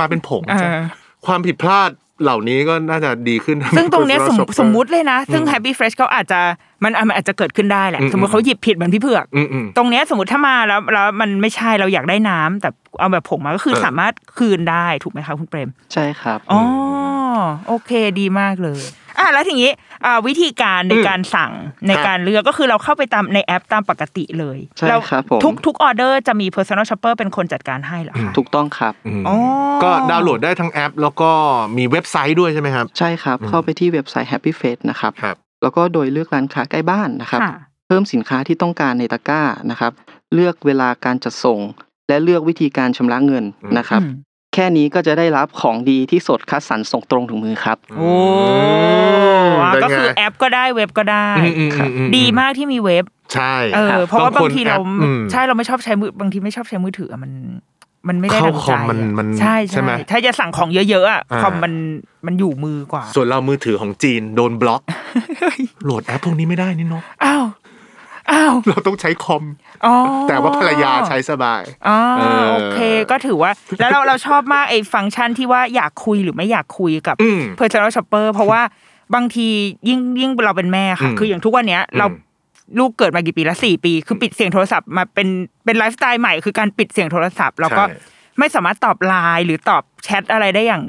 มาเป็นผงจ้ะ
เออ
ความผิดพลาดเหล่านี้ก็น่าจะดีขึ้น
ซึ่งตรงเนี้ยสมสมมุติเลยนะ ซึ่ง Happy Fresh เขาอาจจะมันมันอาจจะเกิดขึ้นได้แหละ
อืม
สมมติเขาหยิบผิดเหมือนพี่เผือก
อืมอืม
ตรงเนี้ยสมมติถ้ามาแล้วแล้วมันไม่ใช่เราอยากได้น้ำแต่เอาแบบผงมาก็คือ
เออ
สามารถคืนได้ถูกไหมคะคุณเปรม
ใช่ครับ
อ๋อโอเคดีมากเลยอ่ะแล้วทีนี้อ่าวิธีการใน
อืม
การสั่งใน
ครับ
การเลือกก็คือเราเข้าไปตามในแอปตามปกติเลย
ใช่ครับผม
ทุกทุกออเดอร์จะมี personal shopper เป็นคนจัดการให้เหรอคะ
ถูกต้องครับ
อืม
อ๋อ
ก็ดาวน์โหลดได้ทั้งแอป แล้วก็มีเว็บไซต์ด้วยใช่ไหมครับ
ใช่ครับ เข้าไปที่เว็บไซต์ Happy Face นะครับ
ครับ
แล้วก็โดยเลือกร้านค้าใกล้บ้านนะครับ
ค่ะ
เพิ่มสินค้าที่ต้องการในตะกร้านะครับ เลือกเวลาการจัดส่ง และเลือกวิธีการชำระเงินนะครับ
อืม
แค่นี้ก็จะได้รับของดีที่สดคัดสรรส่งตรงถึงมือครับ
โอ้
ม
อ่ะ
เป็นไง
ก็คือแอปก็ได้เว็บก็ได้
อืมอืมอือื
ดีมากที่มีเว็บ
ใช่
เออ เพราะว่าบางทีเรา
แอปอืม
ใช่เราไม่ชอบใช้มือบางทีไม่ชอบใช้มือถืออะมัน มันไม่ได้ดังใจ
เข้าคอมมันมัน
ใช่
ใช่
ใช่
ไหม
ถ้าจะสั่งของเยอะๆอะ
อ่า
คอมมันมันอยู่มือกว่า
ส่วนเรามือถือของจีนโดนบล็อก โหลดแอปพวกนี้ไม่ได้นี่เนาะ
อ้าวอ้าว
เราต้องใช้คอม
อ๋อ
แต่ว่าภรรยาใช้สบาย
อ๋อ
เออ
โอเคก็ถือว่า แล้วเราเราชอบมากไอ้ฟังก์ชันที่ว่าอยากคุยหรือไม่อยากคุยกับ
อืม
personal shopper เพราะว่าบางทียิ่งยิ่งเราเป็นแม่ค่ะ
อืม
คืออย่างทุกวันเนี้ย เราลูกเกิดมากี่ปีละสี่ปี คือปิดเสียงโทรศัพท์มาเป็นเป็นไลฟ์สไตล์ใหม่คือการปิดเสียงโทรศัพท์ แล้วก็
ใช่
ไม่สามารถตอบไลน์หรือตอบแชทอะไรได้อย่าง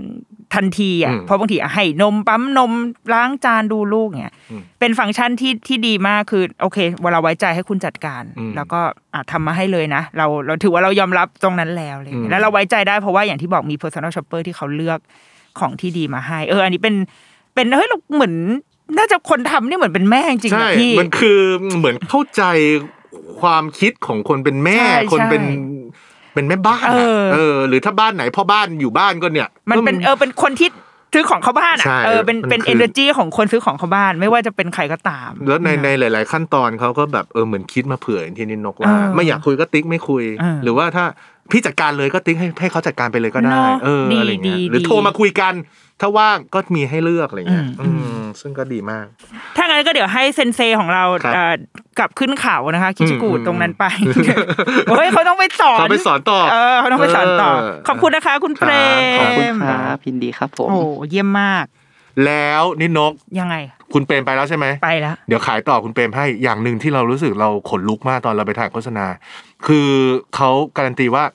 ทันทีอ่ะ
อืม
เพราะบางทีอ่ะให้นมปั๊มนมล้างจานดูลูกเนี่ย
อืม
เป็นฟังก์ชันที่ที่ดีมากคือโอเคเวลาไว้ใจให้คุณจัดการ
อืม
แล้วก็อ่ะทำมาให้เลยนะ เราเราถือว่าเรายอมรับตรงนั้นแล้วอะไรอย่างเล
อื
ย
ม
แล้วเราไว้ใจได้เพราะว่าอย่างที่บอกมี personal shopper ที่เขาเลือก ของที่ดีมาให้ เออ อันนี้เป็นเป็นเฮ้ยเราเหมือนน่าจะคนทำนี่เหมือนเป็นแม่จริงๆ
ใช่
นะพี่
มันคือเหมือนเข้าใจความคิดของคนเป็นแม่
ใช่
คนเป็น
ใช่
เป็นแม่บ้าน
เอ
อะ
อ
เออ หรือถ้าบ้านไหนพ่อบ้านอยู่บ้านก็เนี่ย
มันเป็นเออเป็นคนที่ซื้อของเขาบ้านอ่ะ
ใช่
เออเป็น
มัน
เป็น
คือ
เอเนอร์จีของคนซื้อของเขาบ้าน ไม่ว่าจะเป็นใครก็ตาม
แล้วในในหลาย ๆ ขั้นตอนเขาก็แบบเออเหมือนคิดมาเผื่ออย่างที่นินนกว่า
เออ
ไม่อยากคุยก็ติ๊กไม่คุย
เออ
หรือว่าถ้าพี่จัดการเลยก็ติ๊กให้ให้เขาจัดการไปเลยก็ได้
เนอะ
เออ
ดี
อะไรอย่างเงี้ย
ดี
หรือ
ดี
โทรมาคุยกัน ถ้าว่างก็มีให้เลือกอะไรเงี้ย
อื
อื
ม
มซึ่งก็ดีมาก
ถ้างั้นก็เดี๋ยวให้เซนเซของเรา
ครับ
เอ่อกลับขึ้นเขานะคะ คิชิกู
อืม
ตรงนั้นไป
อืม
เฮ้ยเขาต้องไปสอน
เขาไปสอนต่อ
เออเขาต้องไปสอนต่อ
เออ
ขอบคุณนะคะ คุณเปร
ครับขอบคุณ
ม
ครับยินดีครับผม
โอ้เยี่ยมมาก
แล้วนิดนก
ยังไง
คุณเปรมไปแล้วใช่ไหม
ไปแล้ว
เดี๋ยวขายต่อคุณเปรมให้อย่างหนึ่งที่เรารู้สึกเราขนลุกมากตอนเราไปถ่ายโฆษณา คือเขาการันตีว่า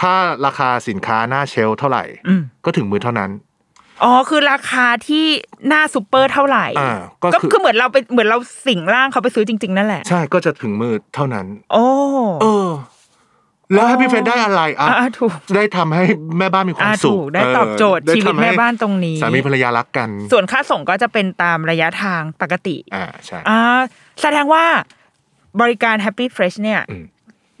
ถ้าราคาสินค้าหน้าเชลฟ์เท่าไหร่
อืม
ก็ถึงมือเท่านั้น
อ๋อคือราคาที่หน้าซูเปอร์เท่าไหร่
อ่าก็
ก็
คือ
คือเหมือนเราไปเหมือนเราสิงร่างเขาไปซื้อจริง ๆ นั่นแหละ
ใช่ก็จะถึงมือเท่านั้น
โอ้
เออ แล้วให้พี่เฟรนได้อะไรอ่ะ
อ่าถูก
ได้ทำให้แม่บ้านมีความ
อ่า
สุข
ถูกได้
เ
ตอบโจทย์
ได้
ชีวิต
ทำให้
แม่บ้านตรงนี้
สามีภรรยารักกัน
ส่วนค่าส่งก็จะเป็นตามระยะทางปกติ
อ่าใช่
อ่าแสดงว่าบริการ Happy Fresh เนี่ย
อืม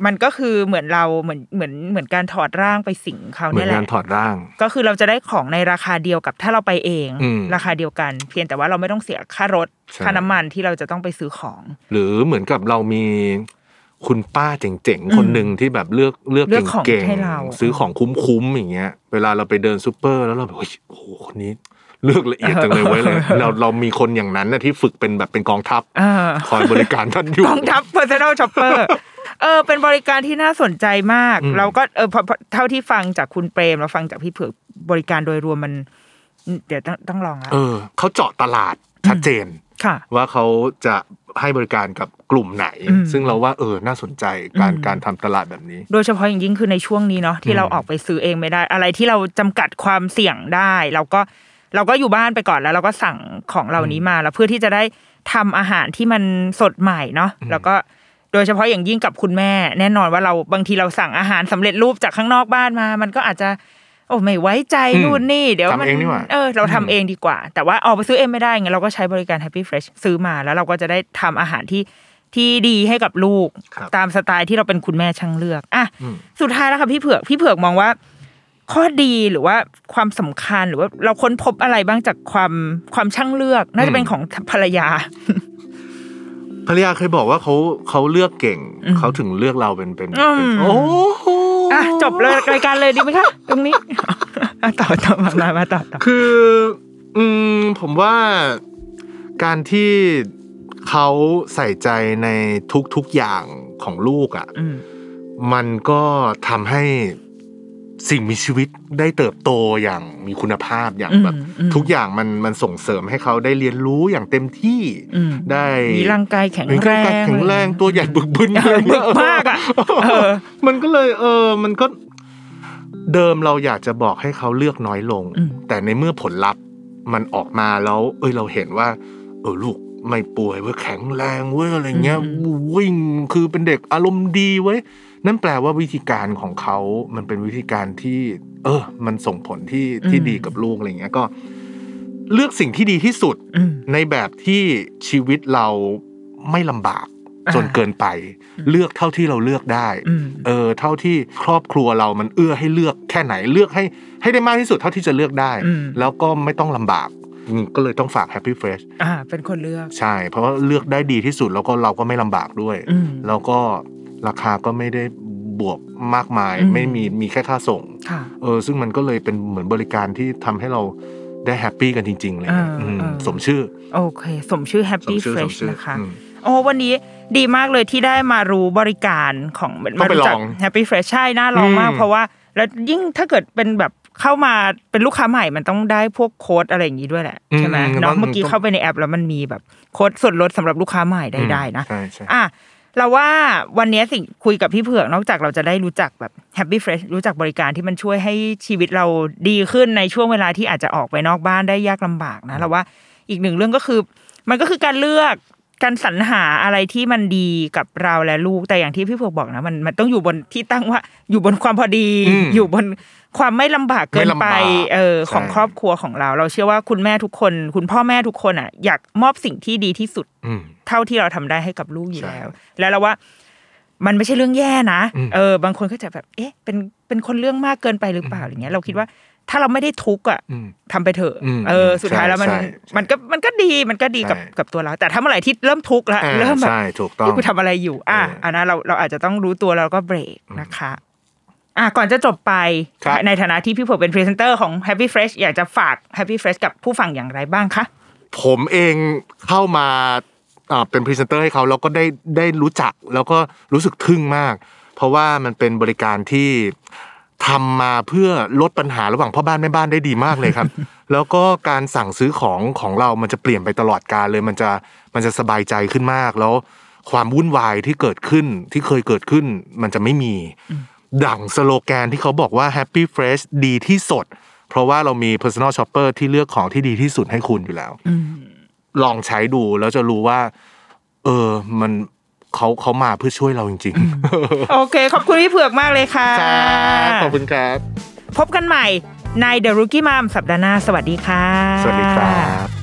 มันก็คือเหมือนเราเหมือนเหมือนเหมือนการถอดร่างไปสิงเขา
เหมือ
เนี่ย
น
แห
งา
ละ
นถอดร่าง
ก็คือเราจะได้ของในราคาเดียวกับถ้าเราไปเอง
อืม
ราคาเดียวกัน เพียงแต่ว่าเราไม่ต้องเสียค่ารถ
ใช่
ค่าน้ำมันที่เราจะต้องไปซื้อของ
หรือเหมือนกับเรามีคุณป้าเจ๋งๆ คนหนึ่งที่แบบเลือกเลือก
เลือกของ
เก่ง
ให้เรา
ๆซื้อของคุ้มๆอย่างเงี้ย เวลาเราไปเดินซูเปอร์แล้วเราแบบเฮ้ยโอ้โหคนนี้เลือกละเอียดจังเลย ไว้ยเลย เราเรามีคนอย่างนั้นนะที่ฝึกเป็นแบบเป็นกองทัพ
เออ
คอยบริการท่านอยู่
กองทัพ personal shopper เออ เป็นบริการที่น่าสนใจมาก
อืม
เราก็เออพอพอเท่าที่ฟังจากคุณเปรมเราฟังจากพี่เผือกบริการโดยรวมมัน เดี๋ยวต้องต้องลองละ
เออเขาเจาะตลาดชัดเจน
ค่ะ
ว่าเขาจะให้บริการกับกลุ่มไหน
อืม
ซึ่งเราว่าเออน่าสนใจการ
อืม
การทำตลาดแบบนี้
โดยเฉพาะอย่างยิ่งคือในช่วงนี้เนาะที่เราออกไปซื้อเองไม่ได้ อะไรที่เราจำกัดความเสี่ยงได้เราก็เราก็อยู่บ้านไปก่อนแล้วเราก็สั่งของเหล่านี้มาแล้วเพื่อที่จะได้ทำอาหารที่มันสดใหม่เนาะแล้วก็โดยเฉพาะอย่างยิ่งกับคุณแม่ แน่นอนว่าเราบางทีเราสั่งอาหารสำเร็จรูปจากข้างนอกบ้านมา มันก็อาจจะ โอ้ไม่ไว้ใจ
อืม
นู่นนี่ เดี๋ยวมัน
ทำเองดีกว่า
เออเราทำเองดีกว่า แต่ว่าออกไปซื้อเองไม่ได้ไงเราก็ใช้บริการ Happy Fresh ซื้อมาแล้วเราก็จะได้ทำอาหารที่ที่ดีให้กับลูก
ครับ
ตามสไตล์ที่เราเป็นคุณแม่ช่างเลือกอ่ะ
อืม
สุดท้ายแล้วค่ะพี่เผือกพี่เผือกมองว่า ข้อดีหรือว่าความสำคัญหรือว่าเราค้นพบอะไรบ้างจากความความช่างเลือก น่าจะเป็นของภรรยา
ภรรยาเคยบอกว่าเขาเขาเลือกเก่งเขาถึงเลือกเราเป็นเป็น
อืม
เป็นโอ้โห
อ่ะจบเลยรายการเลยดีไหมคะตรงนี้ อ่ะต่อต่อมามามาต่อต่อ
คืออืมผมว่าการที่เขาใส่ใจในทุกๆอย่างของลูกอ่ะ
อืม
มันก็ทำให้สิ่งมีชีวิตได้เติบโตอย่างมีคุณภาพอย่าง
อืม
แบบ
อืม
ทุกอย่างมันมันส่งเสริมให้เขาได้เรียนรู้อย่างเต็มที่
อืม
ได้
มีร่างกายแข็งแร
ร่า
ง
งกายแข็งแรงตัวใหญ่บึกบึนอะไร
บึ
เงี้ย
กมากอะเออ
มันก็เลย เออ มันก็ เดิมเราอยากจะบอกให้เขาเลือกน้อยลง
อืม
แต่ในเมื่อผลลัพธ์มันออกมาแล้ว เอ้ยเราเห็นว่า เออลูกไม่ป่วยเว้ยแข็งแรงเว้ยอะไรเงี้ยวิ่งคือเป็นเด็กอารมณ์ดีเว้ยนั่นแปลว่าวิธีการของเขามันเป็นวิธีการที่ เออ มันส่งผลที่ที่ดีกับลูกอะไรเงี้ยก็ เลือกสิ่งที่ดีที่สุด
อืม
ในแบบที่ชีวิตเราไม่ลำบาก
อ่า
จนเกินไป เลือกเท่าที่เราเลือกได้
อืม
เออ เท่าที่ครอบครัวเรามันเอื้อให้เลือกแค่ไหนเลือกให้ ให้ได้มากที่สุดเท่าที่จะเลือกได้
อืม
แล้วก็ไม่ต้องลำบากอืมก็เลยต้องฝาก Happy Fresh
อ่า เป็นคนเลือก
ใช่ เพราะว่าเลือกได้ดีที่สุดแล้วก็เราก็ไม่ลำบากด้วย
อืม
แล้วก็ราคาก็ไม่ได้บวกมากมาย
อืม
ไม่มีมีแค่ค่าส่ง
ค่ะ
เออซึ่งมันก็เลยเป็นเหมือนบริการที่ทำให้เราได้แฮปปี้กันจริงๆเลยนะ
อ่า
อืม
อ่า
สมชื่อ
โอเค สมชื่อ
สม
Happy
ชื่อสม
Fresh
ชื่อ
นะคะ
อืม
โอ้วันนี้ดีมากเลยที่ได้มารู้บริการของ
ต้องไป
มารู้จั
ลอง
แฮปปี้เฟรชใช่น่าลองมาก
อืม
เพราะว่า แล้วยิ่งถ้าเกิดเป็นแบบเข้ามาเป็นลูกค้าใหม่มันต้องได้พวกโค้ดอะไรอย่างนี้ด้วยแหละ ใช่ไหม
อืม
เนาะ
ต้อง
เมื่อกี้เข้าไปในแอปแล้วมันมีแบบโค้ดส่วนลดสำหรับลูกค้าใหม่ได้ได้นะ
ใช่ใช่
อ่ะเราว่าวันนี้สิ่งคุยกับพี่เผือกนอกจากเราจะได้รู้จักแบบแฮปปี้เฟรชรู้จักบริการที่มันช่วยให้ชีวิตเราดีขึ้นในช่วงเวลาที่อาจจะออกไปนอกบ้านได้ยากลำบากนะเราว่าอีกหนึ่งเรื่องก็คือ มันก็คือการเลือกการสรรหาอะไรที่มันดีกับเราและลูกแต่อย่างที่พี่เผือกบอกนะมันมันต้องอยู่บนที่ตั้งว่าอยู่บนความพอดี อยู่บนความไม่ลำบากเกินไปเออของครอบครัวของเรา เราเชื่อว่าคุณแม่ทุกคน คุณพ่อแม่ทุกคนอ่ะอยากมอบสิ่งที่ดีที่สุด
อืม
เท่าที่เราทำได้ให้กับลูกอยู่
ใช่
แล้ว แล้วเราว่ามันไม่ใช่เรื่องแย่นะ
อืม
เออ บางคนก็จะแบบ เอ๊ะ เป็น เป็นคนเรื่องมากเกินไปหรือเปล่าอย่างเงี้ย เราคิดว่าถ้าเราไม่ได้ทุกข์อ่ะ
อืม
ทำไปเถอะ
อืม
เออ สุดท้ายแล้วมัน
ใช่ใช่
มันก็ มันก็ดี มันก็ดีกับ
ใช่
กับตัวเรา แต่ถ้าเมื่อไหร่ที่เริ่มทุกข์ละ
อ่า
เริ่มแบบ
ใช่ถูกต้อง
นี่กูทำอะไรอยู่ อ่ะ
เอออั
อันนั้นเราเราอาจจะต้องรู้ตัวแล้วก็เบรกนะคะ อ่ะก่อนจะจบไป
ครับ
ในฐานะที่พี่ผมเป็นพรีเซนเตอร์ของ Happy Fresh อยากจะฝาก Happy Fresh กับผู้ฟังอย่างไรบ้างคะ
ผมเองเข้ามาอ่าเป็นพรีเซนเตอร์ให้เขาแล้วก็ได้ได้รู้จักแล้วก็รู้สึกทึ่งมาก เพราะว่ามันเป็นบริการที่ ทำมาเพื่อลดปัญหาระหว่างพ่อบ้านแม่บ้านได้ดีมากเลยครับ แล้วก็การสั่งซื้อของของเรามันจะเปลี่ยนไปตลอดกาลเลยมันจะมันจะสบายใจขึ้นมาก แล้วความวุ่นวายที่เกิดขึ้นที่เคยเกิดขึ้น มันจะไม่มี ดั่งสโลแกนที่เขาบอกว่า Happy Fresh ดีที่สด เพราะว่าเรามี Personal Shopper ที่เลือกของที่ดีที่สุดให้คุณอยู่แล้ว ลองใช้ดูแล้วจะรู้ว่า เออมันเขาเขามาเพื่อช่วยเราจริง
โอเค ขอบคุณพี่เผือกมากเลยค่ะ
ๆครับขอบคุณครับ
พบกันใหม่ใน The Rookie Mom สัปดาห์หน้า สวัสดีค่ะ
สวัสดีครับ